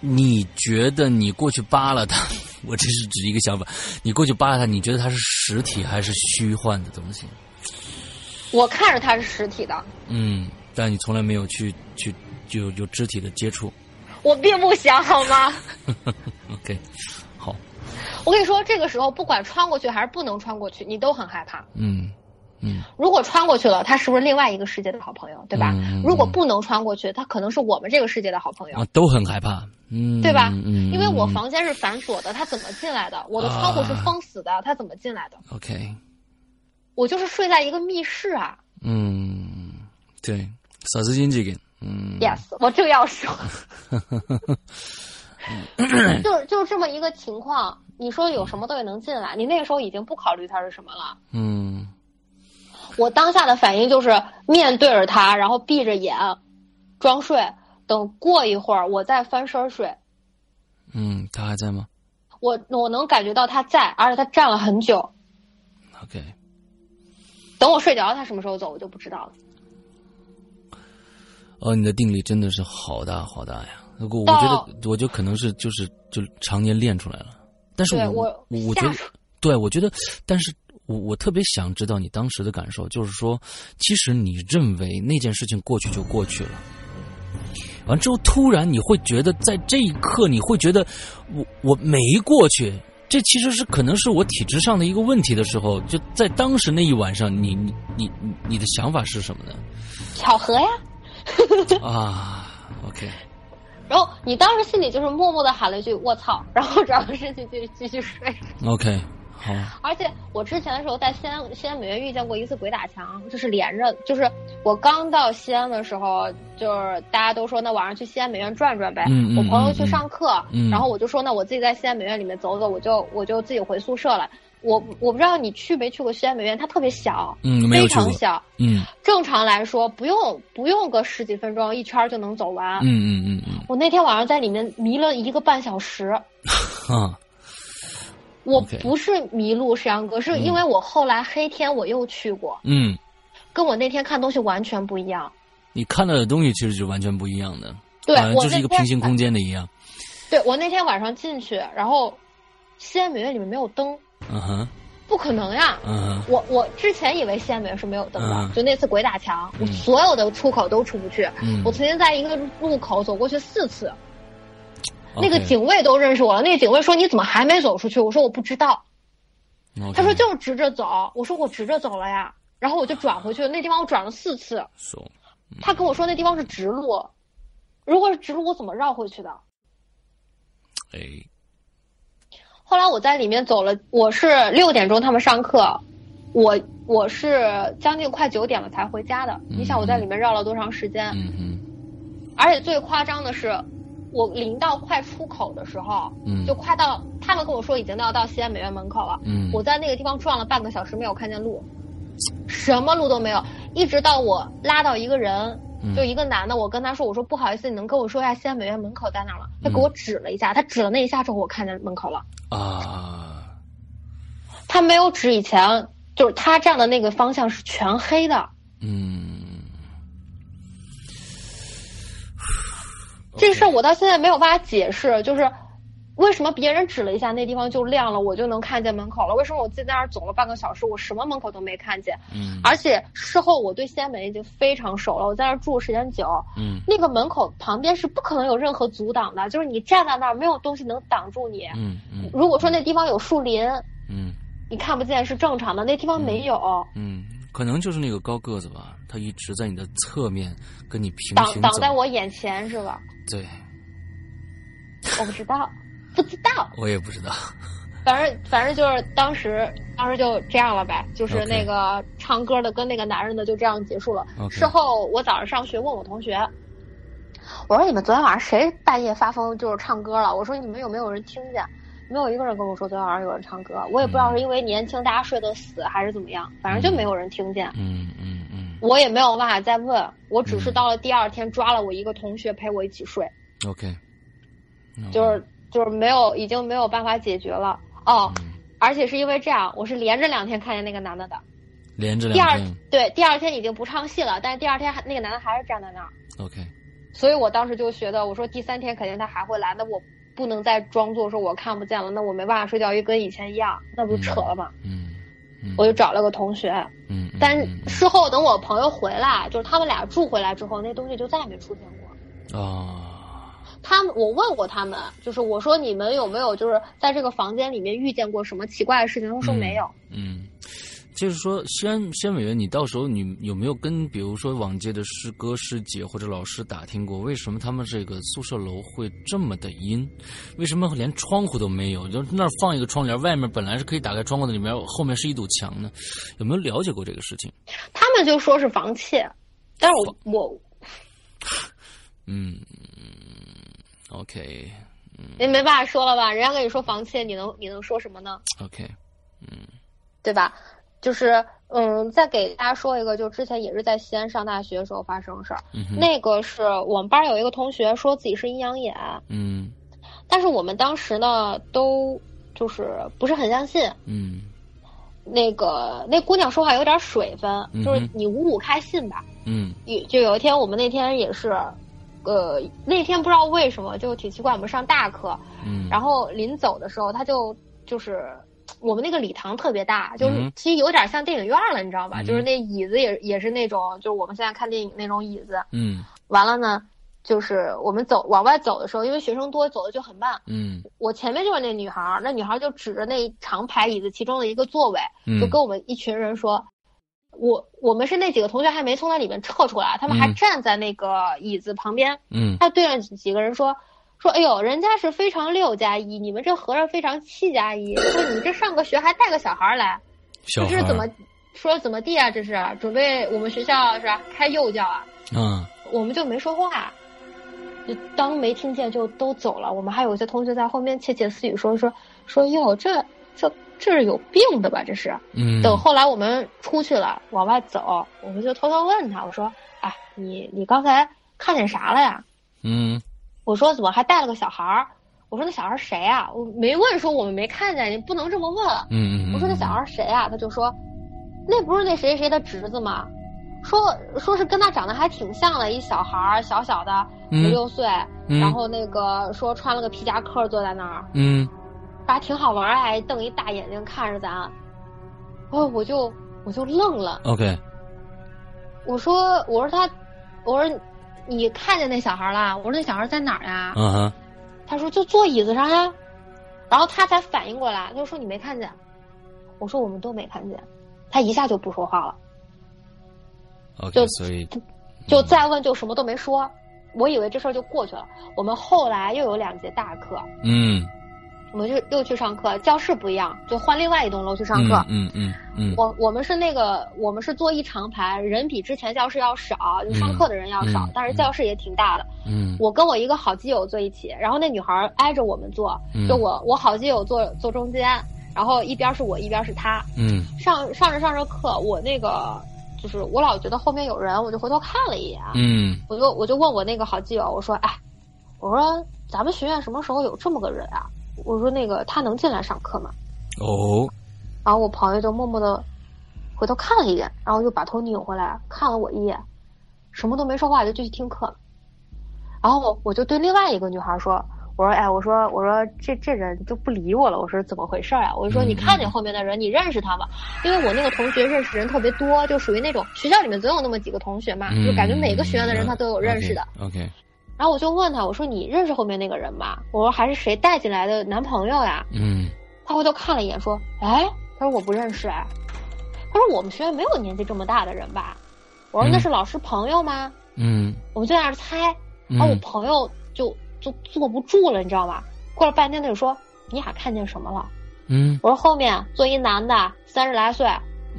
Speaker 2: 你觉得你过去扒拉它， 我这是指一个想法，你过去扒拉它，你觉得它是实体还是虚幻的东西？
Speaker 3: 我看着他是实体的，
Speaker 2: 嗯，但你从来没有去去就有有肢体的接触。
Speaker 3: 我并不想好吗？
Speaker 2: OK，好，
Speaker 3: 我跟你说，这个时候不管穿过去还是不能穿过去，你都很害怕。
Speaker 2: 嗯嗯
Speaker 3: 如果穿过去了，他是不是另外一个世界的好朋友，对吧？
Speaker 2: 嗯嗯
Speaker 3: 如果不能穿过去，他可能是我们这个世界的好朋友，
Speaker 2: 啊，都很害怕，嗯，
Speaker 3: 对吧？
Speaker 2: 嗯，啊
Speaker 3: 因为我
Speaker 2: 嗯
Speaker 3: 房间是反锁的，他怎么进来的？我的窗户是封死的，他怎么进来的？
Speaker 2: OK，
Speaker 3: 我就是睡在一个密室啊。
Speaker 2: 嗯，对，萨斯金这个，嗯
Speaker 3: yes，我正 要说，就是就是这么一个情况。你说有什么东西能进来？你那个时候已经不考虑它是什么了。
Speaker 2: 嗯
Speaker 3: 我当下的反应就是面对着他，然后闭着眼，装睡。等过一会儿，我再翻身睡。
Speaker 2: 嗯，他还在吗
Speaker 3: 我我能感觉到他在，而且他站了很久。
Speaker 2: ？OK，
Speaker 3: 等我睡着，他什么时候走我就不知道了。
Speaker 2: 哦，你的定力真的是好大好大呀！如果我
Speaker 3: 到
Speaker 2: 觉得，我觉得可能是就是就常年练出来了，但是
Speaker 3: 对
Speaker 2: 我
Speaker 3: 我
Speaker 2: 我我觉
Speaker 3: 吓
Speaker 2: 得
Speaker 3: 出，
Speaker 2: 对我觉得，但是我我特别想知道你当时的感受，就是说，其实你认为那件事情过去就过去了。完之后，突然你会觉得，在这一刻，你会觉得我我没过去，这其实是可能是我体质上的一个问题的时候，就在当时那一晚上，你你你你你的想法是什么 呢？
Speaker 3: 巧合呀。
Speaker 2: 啊，OK，
Speaker 3: 然后你当时心里就是默默的喊了一句“我操”，然后找个事情就继续睡。
Speaker 2: OK，好，
Speaker 3: 而且我之前的时候在西安西安美院遇见过一次鬼打墙，就是连着，就是我刚到西安的时候，就是大家都说那晚上去西安美院转转呗。
Speaker 2: 嗯嗯
Speaker 3: 我朋友
Speaker 2: 嗯
Speaker 3: 去上课，
Speaker 2: 嗯
Speaker 3: 然后我就说那我自己在西安美院里面走走，我就我就自己回宿舍了。我我不知道你去没去过西安美院，它特别小，
Speaker 2: 嗯，没有
Speaker 3: 非
Speaker 2: 去过
Speaker 3: 常，小。
Speaker 2: 嗯
Speaker 3: 正常来说，不用不用个十几分钟，一圈儿就能走完。
Speaker 2: 嗯嗯嗯嗯，
Speaker 3: 我那天晚上在里面迷了一个半小时。
Speaker 2: 哈，
Speaker 3: 我
Speaker 2: OK
Speaker 3: 不是迷路，石阳哥，是因为我后来黑天我又去过，
Speaker 2: 嗯，
Speaker 3: 跟我那天看东西完全不一样。
Speaker 2: 你看到的东西其实就完全不一样的，
Speaker 3: 对
Speaker 2: 好像
Speaker 3: 我
Speaker 2: 啊就是
Speaker 3: 那
Speaker 2: 一个平
Speaker 3: 天
Speaker 2: 行空间的一样，
Speaker 3: 对我那天晚上进去，然后西安美院里面没有灯，
Speaker 2: 嗯哼，
Speaker 3: 不可能呀！
Speaker 2: 嗯
Speaker 3: 我我之前以为西安美院是没有灯的，
Speaker 2: 嗯
Speaker 3: 就那次鬼打墙，我
Speaker 2: 嗯
Speaker 3: 所有的出口都出不去。
Speaker 2: 嗯
Speaker 3: 我曾经在一个路口走过去四次，那个
Speaker 2: OK，
Speaker 3: 警卫都认识我了。那个警卫说：“你怎么还没走出去？”我说：“我不知道。”
Speaker 2: ，OK，
Speaker 3: 他说：“就是直着走。”我说：“我直着走了呀。”然后我就转回去，那地方我转了四次。
Speaker 2: so，
Speaker 3: 他跟我说那地方是直路，如果是直路，我怎么绕回去的？
Speaker 2: 哎，
Speaker 3: 后来我在里面走了，我是六点钟他们上课，我我是将近快九点了才回家的。
Speaker 2: 嗯
Speaker 3: 你想我在里面绕了多长时间？
Speaker 2: 嗯哼，
Speaker 3: 而且最夸张的是，我临到快出口的时候，
Speaker 2: 嗯
Speaker 3: 就快到他们跟我说已经要到西安美院门口了，
Speaker 2: 嗯，
Speaker 3: 我在那个地方转了半个小时没有看见路，什么路都没有，一直到我拉到一个人。
Speaker 2: 嗯
Speaker 3: 就一个男的，我跟他说，我说不好意思，你能跟我说一下西安美院门口在哪儿吗？他给我指了一下，他指了那一下之后，我看见门口了。
Speaker 2: 啊，
Speaker 3: 他没有指以前，就是他站的那个方向是全黑的。
Speaker 2: 嗯，
Speaker 3: 这事儿我到现在没有办法解释，就是为什么别人指了一下那地方就亮了，我就能看见门口了？为什么我自己在那儿走了半个小时，我什么门口都没看见？
Speaker 2: 嗯，
Speaker 3: 而且事后我对西安美已经非常熟了，我在那儿住时间久，
Speaker 2: 嗯，
Speaker 3: 那个门口旁边是不可能有任何阻挡的，就是你站在那儿没有东西能挡住你。
Speaker 2: 嗯，嗯，
Speaker 3: 如果说那地方有树林，
Speaker 2: 嗯，
Speaker 3: 你看不见是正常的，那地方没有。
Speaker 2: 嗯，可能就是那个高个子吧，他一直在你的侧面跟你平
Speaker 3: 挡
Speaker 2: 行
Speaker 3: 挡
Speaker 2: 走，
Speaker 3: 在我眼前是吧？
Speaker 2: 对
Speaker 3: 我不知道，不知道，
Speaker 2: 我也不知道，
Speaker 3: 反正反正就是当时当时就这样了呗，就是
Speaker 2: OK
Speaker 3: 那个唱歌的跟那个男人的就这样结束了。
Speaker 2: OK
Speaker 3: 事后我早上上学问我同学，我说你们昨天晚上谁半夜发疯就是唱歌了？我说你们有没有人听见？没有一个人跟我说昨天晚上有人唱歌，我也不知道是因为年轻大家睡得死还是怎么样，反正就没有人听见。
Speaker 2: 嗯嗯嗯
Speaker 3: 我也没有办法再问，我只是
Speaker 2: 嗯
Speaker 3: 到了第二天抓了我一个同学陪我一起睡。
Speaker 2: ，OK，
Speaker 3: 就是就是没有，已经没有办法解决了哦。
Speaker 2: 嗯
Speaker 3: 而且是因为这样，我是连着两天看见那个男的的。
Speaker 2: 连着
Speaker 3: 第
Speaker 2: 两
Speaker 3: 二
Speaker 2: 天
Speaker 3: 对第二天已经不唱戏了，但是第二天还那个男的还是站在那儿，
Speaker 2: ，OK，
Speaker 3: 所以我当时就觉得，我说第三天肯定他还会来，那我不能再装作说我看不见了，那我没办法睡觉，又跟以前一样，那不扯了吗？
Speaker 2: 嗯嗯，
Speaker 3: 我就找了个同学，
Speaker 2: 嗯，嗯
Speaker 3: 但
Speaker 2: 嗯
Speaker 3: 事后等我朋友回来，就是他们俩住回来之后，那东西就再也没出现过。
Speaker 2: 啊，
Speaker 3: 他们，我问过他们，就是我说你们有没有就是在这个房间里面遇见过什么奇怪的事情？他们说
Speaker 2: 嗯
Speaker 3: 没有。
Speaker 2: 嗯。就是说，西安西安美院，你到时候你有没有跟，比如说往届的师哥、师姐或者老师打听过，为什么他们这个宿舍楼会这么的阴？为什么连窗户都没有？就是那儿放一个窗帘，外面本来是可以打开窗户的，里面后面是一堵墙呢？有没有了解过这个事情？
Speaker 3: 他们就说是房窃，但是我我
Speaker 2: 嗯，OK
Speaker 3: 也没办法说了吧，人家跟你说房窃，你能你能说什么呢？
Speaker 2: OK，
Speaker 3: 对吧？就是嗯，再给大家说一个，就之前也是在西安上大学的时候发生的事儿。
Speaker 2: 嗯哼，
Speaker 3: 那个是我们班有一个同学说自己是阴阳眼，
Speaker 2: 嗯
Speaker 3: 但是我们当时呢都就是不是很相信，
Speaker 2: 嗯
Speaker 3: 那个那姑娘说话有点水分，
Speaker 2: 嗯哼
Speaker 3: 就是你五五开信吧。
Speaker 2: 嗯
Speaker 3: 有就有一天我们那天也是，呃，那天不知道为什么就挺奇怪，我们上大课，
Speaker 2: 嗯，
Speaker 3: 然
Speaker 2: 后
Speaker 3: 后临走的时候他就就是。我们那个礼堂特别大，就
Speaker 2: 嗯
Speaker 3: 是其实有点像电影院了，你知道吧？
Speaker 2: 嗯
Speaker 3: 就是那椅子也也是那种，就是我们现在看电影那种椅子。
Speaker 2: 嗯
Speaker 3: 完了呢，就是我们走往外走的时候，因为学生多，走的就很慢。
Speaker 2: 嗯
Speaker 3: 我前面就是那女孩儿，那女孩儿就指着那一长排椅子其中的一个座位，
Speaker 2: 嗯，
Speaker 3: 就跟我们一群人说，我我们是那几个同学还没从那里面撤出来，他们还
Speaker 2: 嗯
Speaker 3: 站在那个椅子旁边，
Speaker 2: 嗯
Speaker 3: 他对着几个人说。说，哎呦，人家是非常六加一，你们这合着非常七加一。说你们这上个学还带个小孩儿来，
Speaker 2: 小
Speaker 3: 这
Speaker 2: 孩
Speaker 3: 是
Speaker 2: 儿
Speaker 3: 怎么，说怎么地啊？这是准备我们学校是吧开幼教啊？
Speaker 2: 嗯
Speaker 3: 我们就没说话，就当没听见就都走了。我们还有一些同学在后面窃窃私语说说说，哟，这这这是有病的吧？这是。
Speaker 2: 嗯
Speaker 3: 等后来我们出去了，往外走，我们就偷偷问他，我说：“哎，你你刚才看见啥了呀
Speaker 2: 嗯？”
Speaker 3: 我说：“怎么还带了个小孩儿？”我说：“那小孩儿谁啊？”我没问说我们没看见，你不能这么问。
Speaker 2: 嗯嗯，
Speaker 3: 我说：“那小孩儿谁啊？”他就说：“那不是那谁谁的侄子吗？”说说是跟他长得还挺像的一小孩儿，小小的五
Speaker 2: 嗯
Speaker 3: 六岁，
Speaker 2: 嗯
Speaker 3: 然后那个说穿了个皮夹克坐在那儿，
Speaker 2: 嗯
Speaker 3: 还挺好玩儿哎，瞪一大眼睛看着咱。后我就我就愣了，
Speaker 2: ？OK，
Speaker 3: 我说我说他，我说你看见那小孩啦？我说那小孩在哪儿呀？
Speaker 2: 嗯哼，
Speaker 3: 他说就坐椅子上呀，然后他才反应过来，他就说你没看见，我说我们都没看见，他一下就不说话了，
Speaker 2: OK，
Speaker 3: 就
Speaker 2: 所以
Speaker 3: 就再问就什么都没说，我以为这事儿就过去了。我们后来又有两节大课，
Speaker 2: 嗯，
Speaker 3: 我们就又去上课，教室不一样，就换另外一栋楼去上课。
Speaker 2: 嗯嗯嗯
Speaker 3: 我我们是那个，我们是坐一长排，人比之前教室要少，就上课的人要少，
Speaker 2: 嗯
Speaker 3: 但是教室也挺大的。
Speaker 2: 嗯
Speaker 3: 我跟我一个好基友坐一起，然后那女孩挨着我们坐，
Speaker 2: 嗯，
Speaker 3: 就我我好基友坐坐中间，然后一边是我，一边是她。
Speaker 2: 嗯
Speaker 3: 上上着上着课，我那个就是我老觉得后面有人，我就回头看了一眼，
Speaker 2: 嗯
Speaker 3: 我就我就问我那个好基友，我说哎，我说咱们学院什么时候有这么个人啊？我说那个他能进来上课吗？
Speaker 2: 哦
Speaker 3: 然后我朋友就默默的回头看了一眼，然后又把头拧回来看了我一眼，什么都没说话，就继续听课了。然后我我就对另外一个女孩说：“我说，哎，我说，我说这这人就不理我了。我说怎么回事啊？我就说
Speaker 2: 嗯
Speaker 3: 你看见后面的人，你认识他吗？因为我那个同学认识人特别多，就属于那种学校里面总有那么几个同学嘛，
Speaker 2: 嗯
Speaker 3: 就感觉每个学院的人他都有认识的。
Speaker 2: ，OK，
Speaker 3: 然后我就问他，我说你认识后面那个人吗？我说还是谁带进来的男朋友呀？
Speaker 2: 嗯
Speaker 3: 他回头看了一眼，说：“哎，他说我不认识哎。”他说我们学院没有年纪这么大的人吧？我说
Speaker 2: 嗯
Speaker 3: 那是老师朋友吗？
Speaker 2: 嗯
Speaker 3: 我们就在那儿猜，然后我
Speaker 2: 嗯
Speaker 3: 朋友就就坐不住了，你知道吗？过了半天，他就说：“你俩看见什么了
Speaker 2: 嗯？”
Speaker 3: 我说：“后面坐一男的，三十来岁，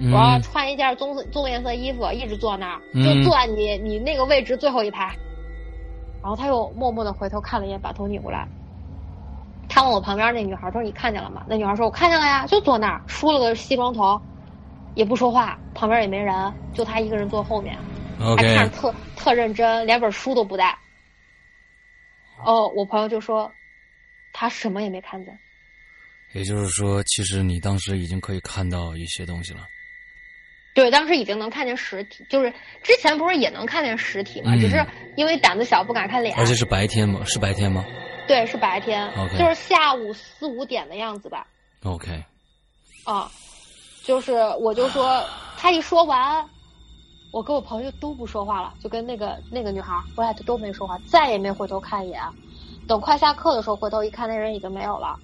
Speaker 3: 我说
Speaker 2: 嗯
Speaker 3: 穿一件棕色棕颜色衣服，一直坐那儿，
Speaker 2: 嗯
Speaker 3: 就坐在你你那个位置最后一排。”然后他又默默的回头看了一眼，把头拧过来。他问我旁边那女孩，他说：“你看见了吗？”那女孩说：“我看见了呀，就坐那儿，梳了个西装头，也不说话，旁边也没人，就他一个人坐后面。”还看
Speaker 2: ，OK，
Speaker 3: 着特特认真，连本书都不带。哦，我朋友就说他什么也没看见，
Speaker 2: 也就是说，其实你当时已经可以看到一些东西了。
Speaker 3: 对，当时已经能看见实体，就是之前不是也能看见实体嘛，
Speaker 2: 嗯
Speaker 3: 只是因为胆子小不敢看脸
Speaker 2: 而。且是白天吗？是白天吗
Speaker 3: 对，是白天
Speaker 2: OK
Speaker 3: 就是下午四五点的样子吧。
Speaker 2: ？OK，
Speaker 3: 啊，就是我就说他一说完，我跟我朋友就都不说话了，就跟那个那个女孩儿，我俩就都没说话，再也没回头看一眼。等快下课的时候，回头一看，那人已经没有了。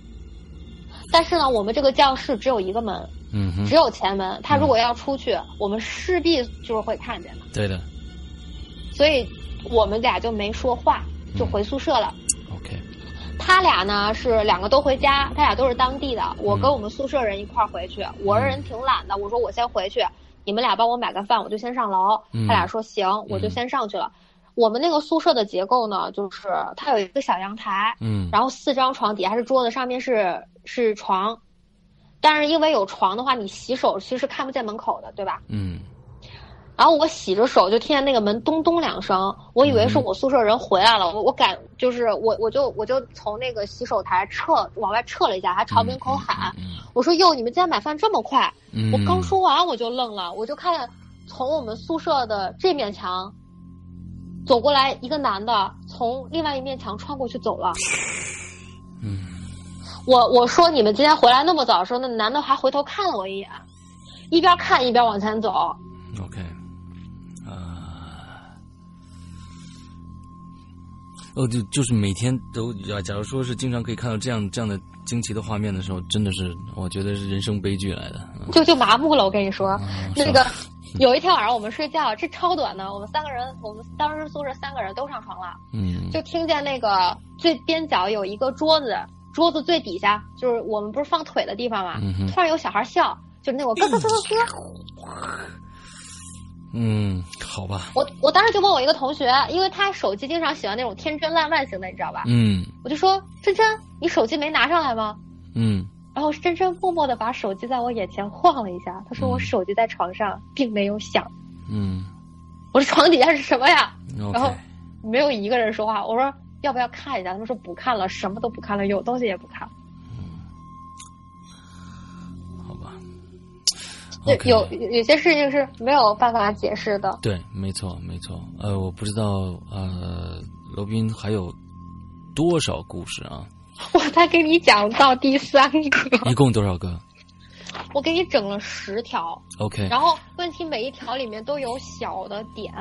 Speaker 3: 但是呢，我们这个教室只有一个门，
Speaker 2: 嗯哼
Speaker 3: 只，有前门。他如果要出去，我们势必就是会看见的。
Speaker 2: 对的
Speaker 3: 所以我们俩就没说话，
Speaker 2: 嗯
Speaker 3: 就回宿舍了。
Speaker 2: ，OK，
Speaker 3: 他俩呢是两个都回家，他俩都是当地的。我跟我们宿舍人一块儿回去，
Speaker 2: 嗯
Speaker 3: 我人挺懒的，我说我先回去，你们俩帮我买个饭，我就先上楼。
Speaker 2: 嗯
Speaker 3: 他俩说行，我就先上去了。我们那个宿舍的结构呢，就是它有一个小阳台，
Speaker 2: 嗯，
Speaker 3: 然后四张床，底下是桌子，上面是是床。但是因为有床的话，你洗手其实是看不见门口的，对吧？
Speaker 2: 嗯
Speaker 3: 然后我洗着手就听见那个门咚咚两声，我以为是
Speaker 2: 嗯
Speaker 3: 我宿舍人回来了，我我感就是我我就我就从那个洗手台撤往外撤了一下，还朝门口喊，
Speaker 2: 嗯
Speaker 3: 我说哟，你们今天买饭这么快？
Speaker 2: 嗯，
Speaker 3: 我刚说完我就愣了，我就看见从我们宿舍的这面墙走过来一个男的，从另外一面墙穿过去走了。
Speaker 2: 嗯，
Speaker 3: 我我说你们今天回来那么早的时候，那男的还回头看了我一眼，一边看一边往前走。
Speaker 2: 嗯，OK，啊，
Speaker 3: 呃
Speaker 2: 哦，就就是每天都啊，假如说是经常可以看到这样这样的惊奇的画面的时候，真的是我觉得是人生悲剧来的。嗯
Speaker 3: 就就麻木了。我跟你说
Speaker 2: 嗯，
Speaker 3: 啊那
Speaker 2: 是
Speaker 3: 个 有一天晚上我们睡觉，这超短的，我们三个人，我们当时宿舍三个人都上床了，
Speaker 2: 嗯，
Speaker 3: 就听见那个最边角有一个桌子，桌子最底下就是我们不是放腿的地方嘛
Speaker 2: 嗯哼，
Speaker 3: 突然有小孩笑，就是那种咯咯咯咯咯。
Speaker 2: 嗯，好吧，
Speaker 3: 我我当时就问我一个同学，因为他手机经常喜欢那种天真烂漫型的，你知道吧？
Speaker 2: 嗯
Speaker 3: 我就说真真，你手机没拿上来吗？
Speaker 2: 嗯
Speaker 3: 然后真真默默的把手机在我眼前晃了一下，他说
Speaker 2: 嗯
Speaker 3: 我手机在床上，并没有响。
Speaker 2: 嗯
Speaker 3: 我说床底下是什么呀？然后
Speaker 2: ，OK，
Speaker 3: 没有一个人说话。我说要不要看一下？他们说不看了，什么都不看了，有东西也不看。
Speaker 2: 好吧
Speaker 3: 对，
Speaker 2: ，OK
Speaker 3: 有有有些事情是没有办法解释的。
Speaker 2: 对，没错，没错。呃，我不知道，呃，罗宾还有多少故事啊？
Speaker 3: 我才给你讲到第三个，
Speaker 2: 一共多少个？
Speaker 3: 我给你整了十条，
Speaker 2: OK，
Speaker 3: 然后问题每一条里面都有小的点，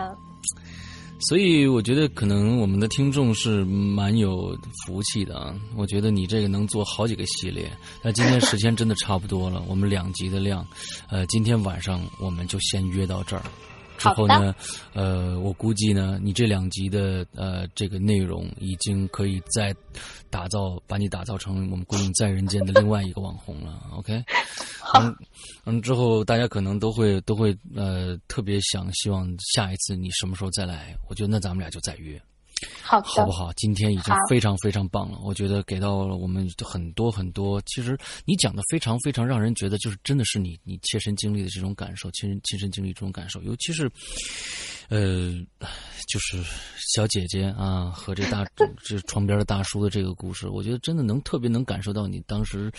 Speaker 2: 所以我觉得可能我们的听众是蛮有福气的啊。我觉得你这个能做好几个系列。那今天时间真的差不多了，我们两集的量，呃，今天晚上我们就先约到这儿。之后
Speaker 3: 好
Speaker 2: 呢，呃，我估计呢，你这两集的呃这个内容已经可以再打造，把你打造成我们《孤影在人间》的另外一个网红了。OK，嗯嗯，之后大家可能都会都会呃特别想希望下一次你什么时候再来，我觉得那咱们俩就再约，
Speaker 3: 好的，
Speaker 2: 好不好？今天已经
Speaker 3: 好
Speaker 2: 非常非常棒了，我觉得给到了我们很多很多。其实你讲的非常非常让人觉得就是真的是你你切身经历的这种感受，亲身亲身经历这种感受，尤其是，呃，就是小姐姐啊和这大这床边的大叔的这个故事，我觉得真的能特别能感受到你当时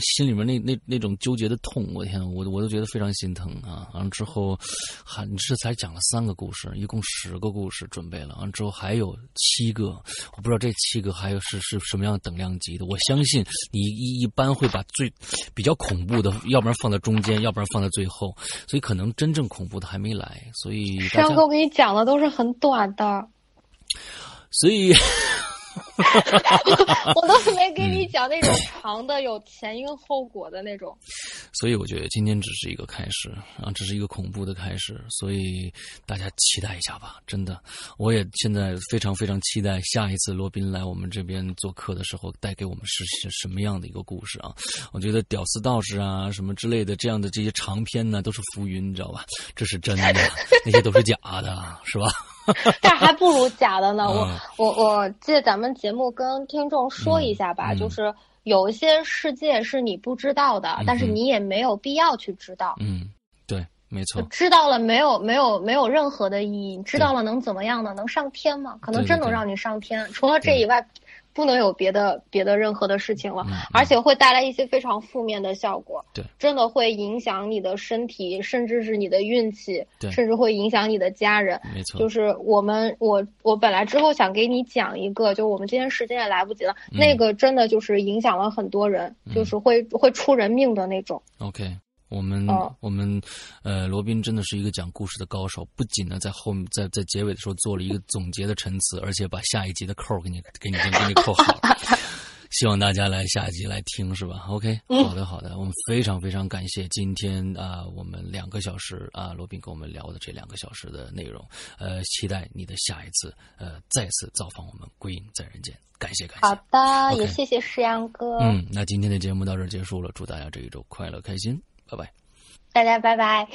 Speaker 2: 心里面那那那种纠结的痛，我天，我都我都觉得非常心疼啊！完了之后，还你这才讲了三个故事，一共十个故事准备了，完了之后还有七个，我不知道这七个还有是是什么样的等量级的。我相信你一一般会把最比较恐怖的，要不然放在中间，要不然放在最后，所以可能真正恐怖的还没来，所以 大家
Speaker 3: 上次 我给你讲的都是很短的，
Speaker 2: 所以。
Speaker 3: 我都没给你讲那种长的、有前因后果的那种。
Speaker 2: 所以我觉得今天只是一个开始啊，只是一个恐怖的开始，所以大家期待一下吧，真的，我也现在非常非常期待下一次罗宾来我们这边做客的时候，带给我们是是什么样的一个故事啊？我觉得《屌丝道士》啊，什么之类的这样的这些长篇呢，都是浮云，你知道吧？这是真 的，那些都是假的，是吧？
Speaker 3: 但还不如假的呢。
Speaker 2: 嗯
Speaker 3: 啊我我我借咱们节目跟听众说一下吧，
Speaker 2: 嗯嗯
Speaker 3: 就是有一些世界是你不知道的，
Speaker 2: 嗯
Speaker 3: 但是你也没有必要去知道。
Speaker 2: 嗯，对，没错，
Speaker 3: 知道了没有没有没有任何的意义，你知道了能怎么样呢？能上天吗？可能真能让你上天，除了这以外，不能有别的别的任何的事情了，
Speaker 2: 嗯嗯
Speaker 3: 而且会带来一些非常负面的效果。
Speaker 2: 对，
Speaker 3: 真的会影响你的身体，甚至是你的运气
Speaker 2: 对，
Speaker 3: 甚至会影响你的家人。
Speaker 2: 没错，
Speaker 3: 就是我们，我我本来之后想给你讲一个，就我们今天时间也来不及了，
Speaker 2: 嗯
Speaker 3: 那个真的就是影响了很多人，
Speaker 2: 嗯
Speaker 3: 就是会会出人命的那种。
Speaker 2: OK，我们、
Speaker 3: 哦
Speaker 2: 我们呃，罗宾真的是一个讲故事的高手，不仅呢在后面在在结尾的时候做了一个总结的陈词，而且把下一集的扣儿给你 给你给你给你扣好了。 希望大家来下一集来听是吧？OK，好
Speaker 3: 嗯
Speaker 2: 的好的，我们非常非常感谢今天啊、我们两个小时啊、罗宾跟我们聊的这两个小时的内容，呃，期待你的下一次呃再次造访我们《归隐在人间》，感谢感谢。
Speaker 3: 好的，
Speaker 2: OK
Speaker 3: 也谢谢石阳哥，
Speaker 2: 嗯，那今天的节目到这儿结束了，祝大家这一周快乐开心，拜拜。
Speaker 3: 大家拜拜。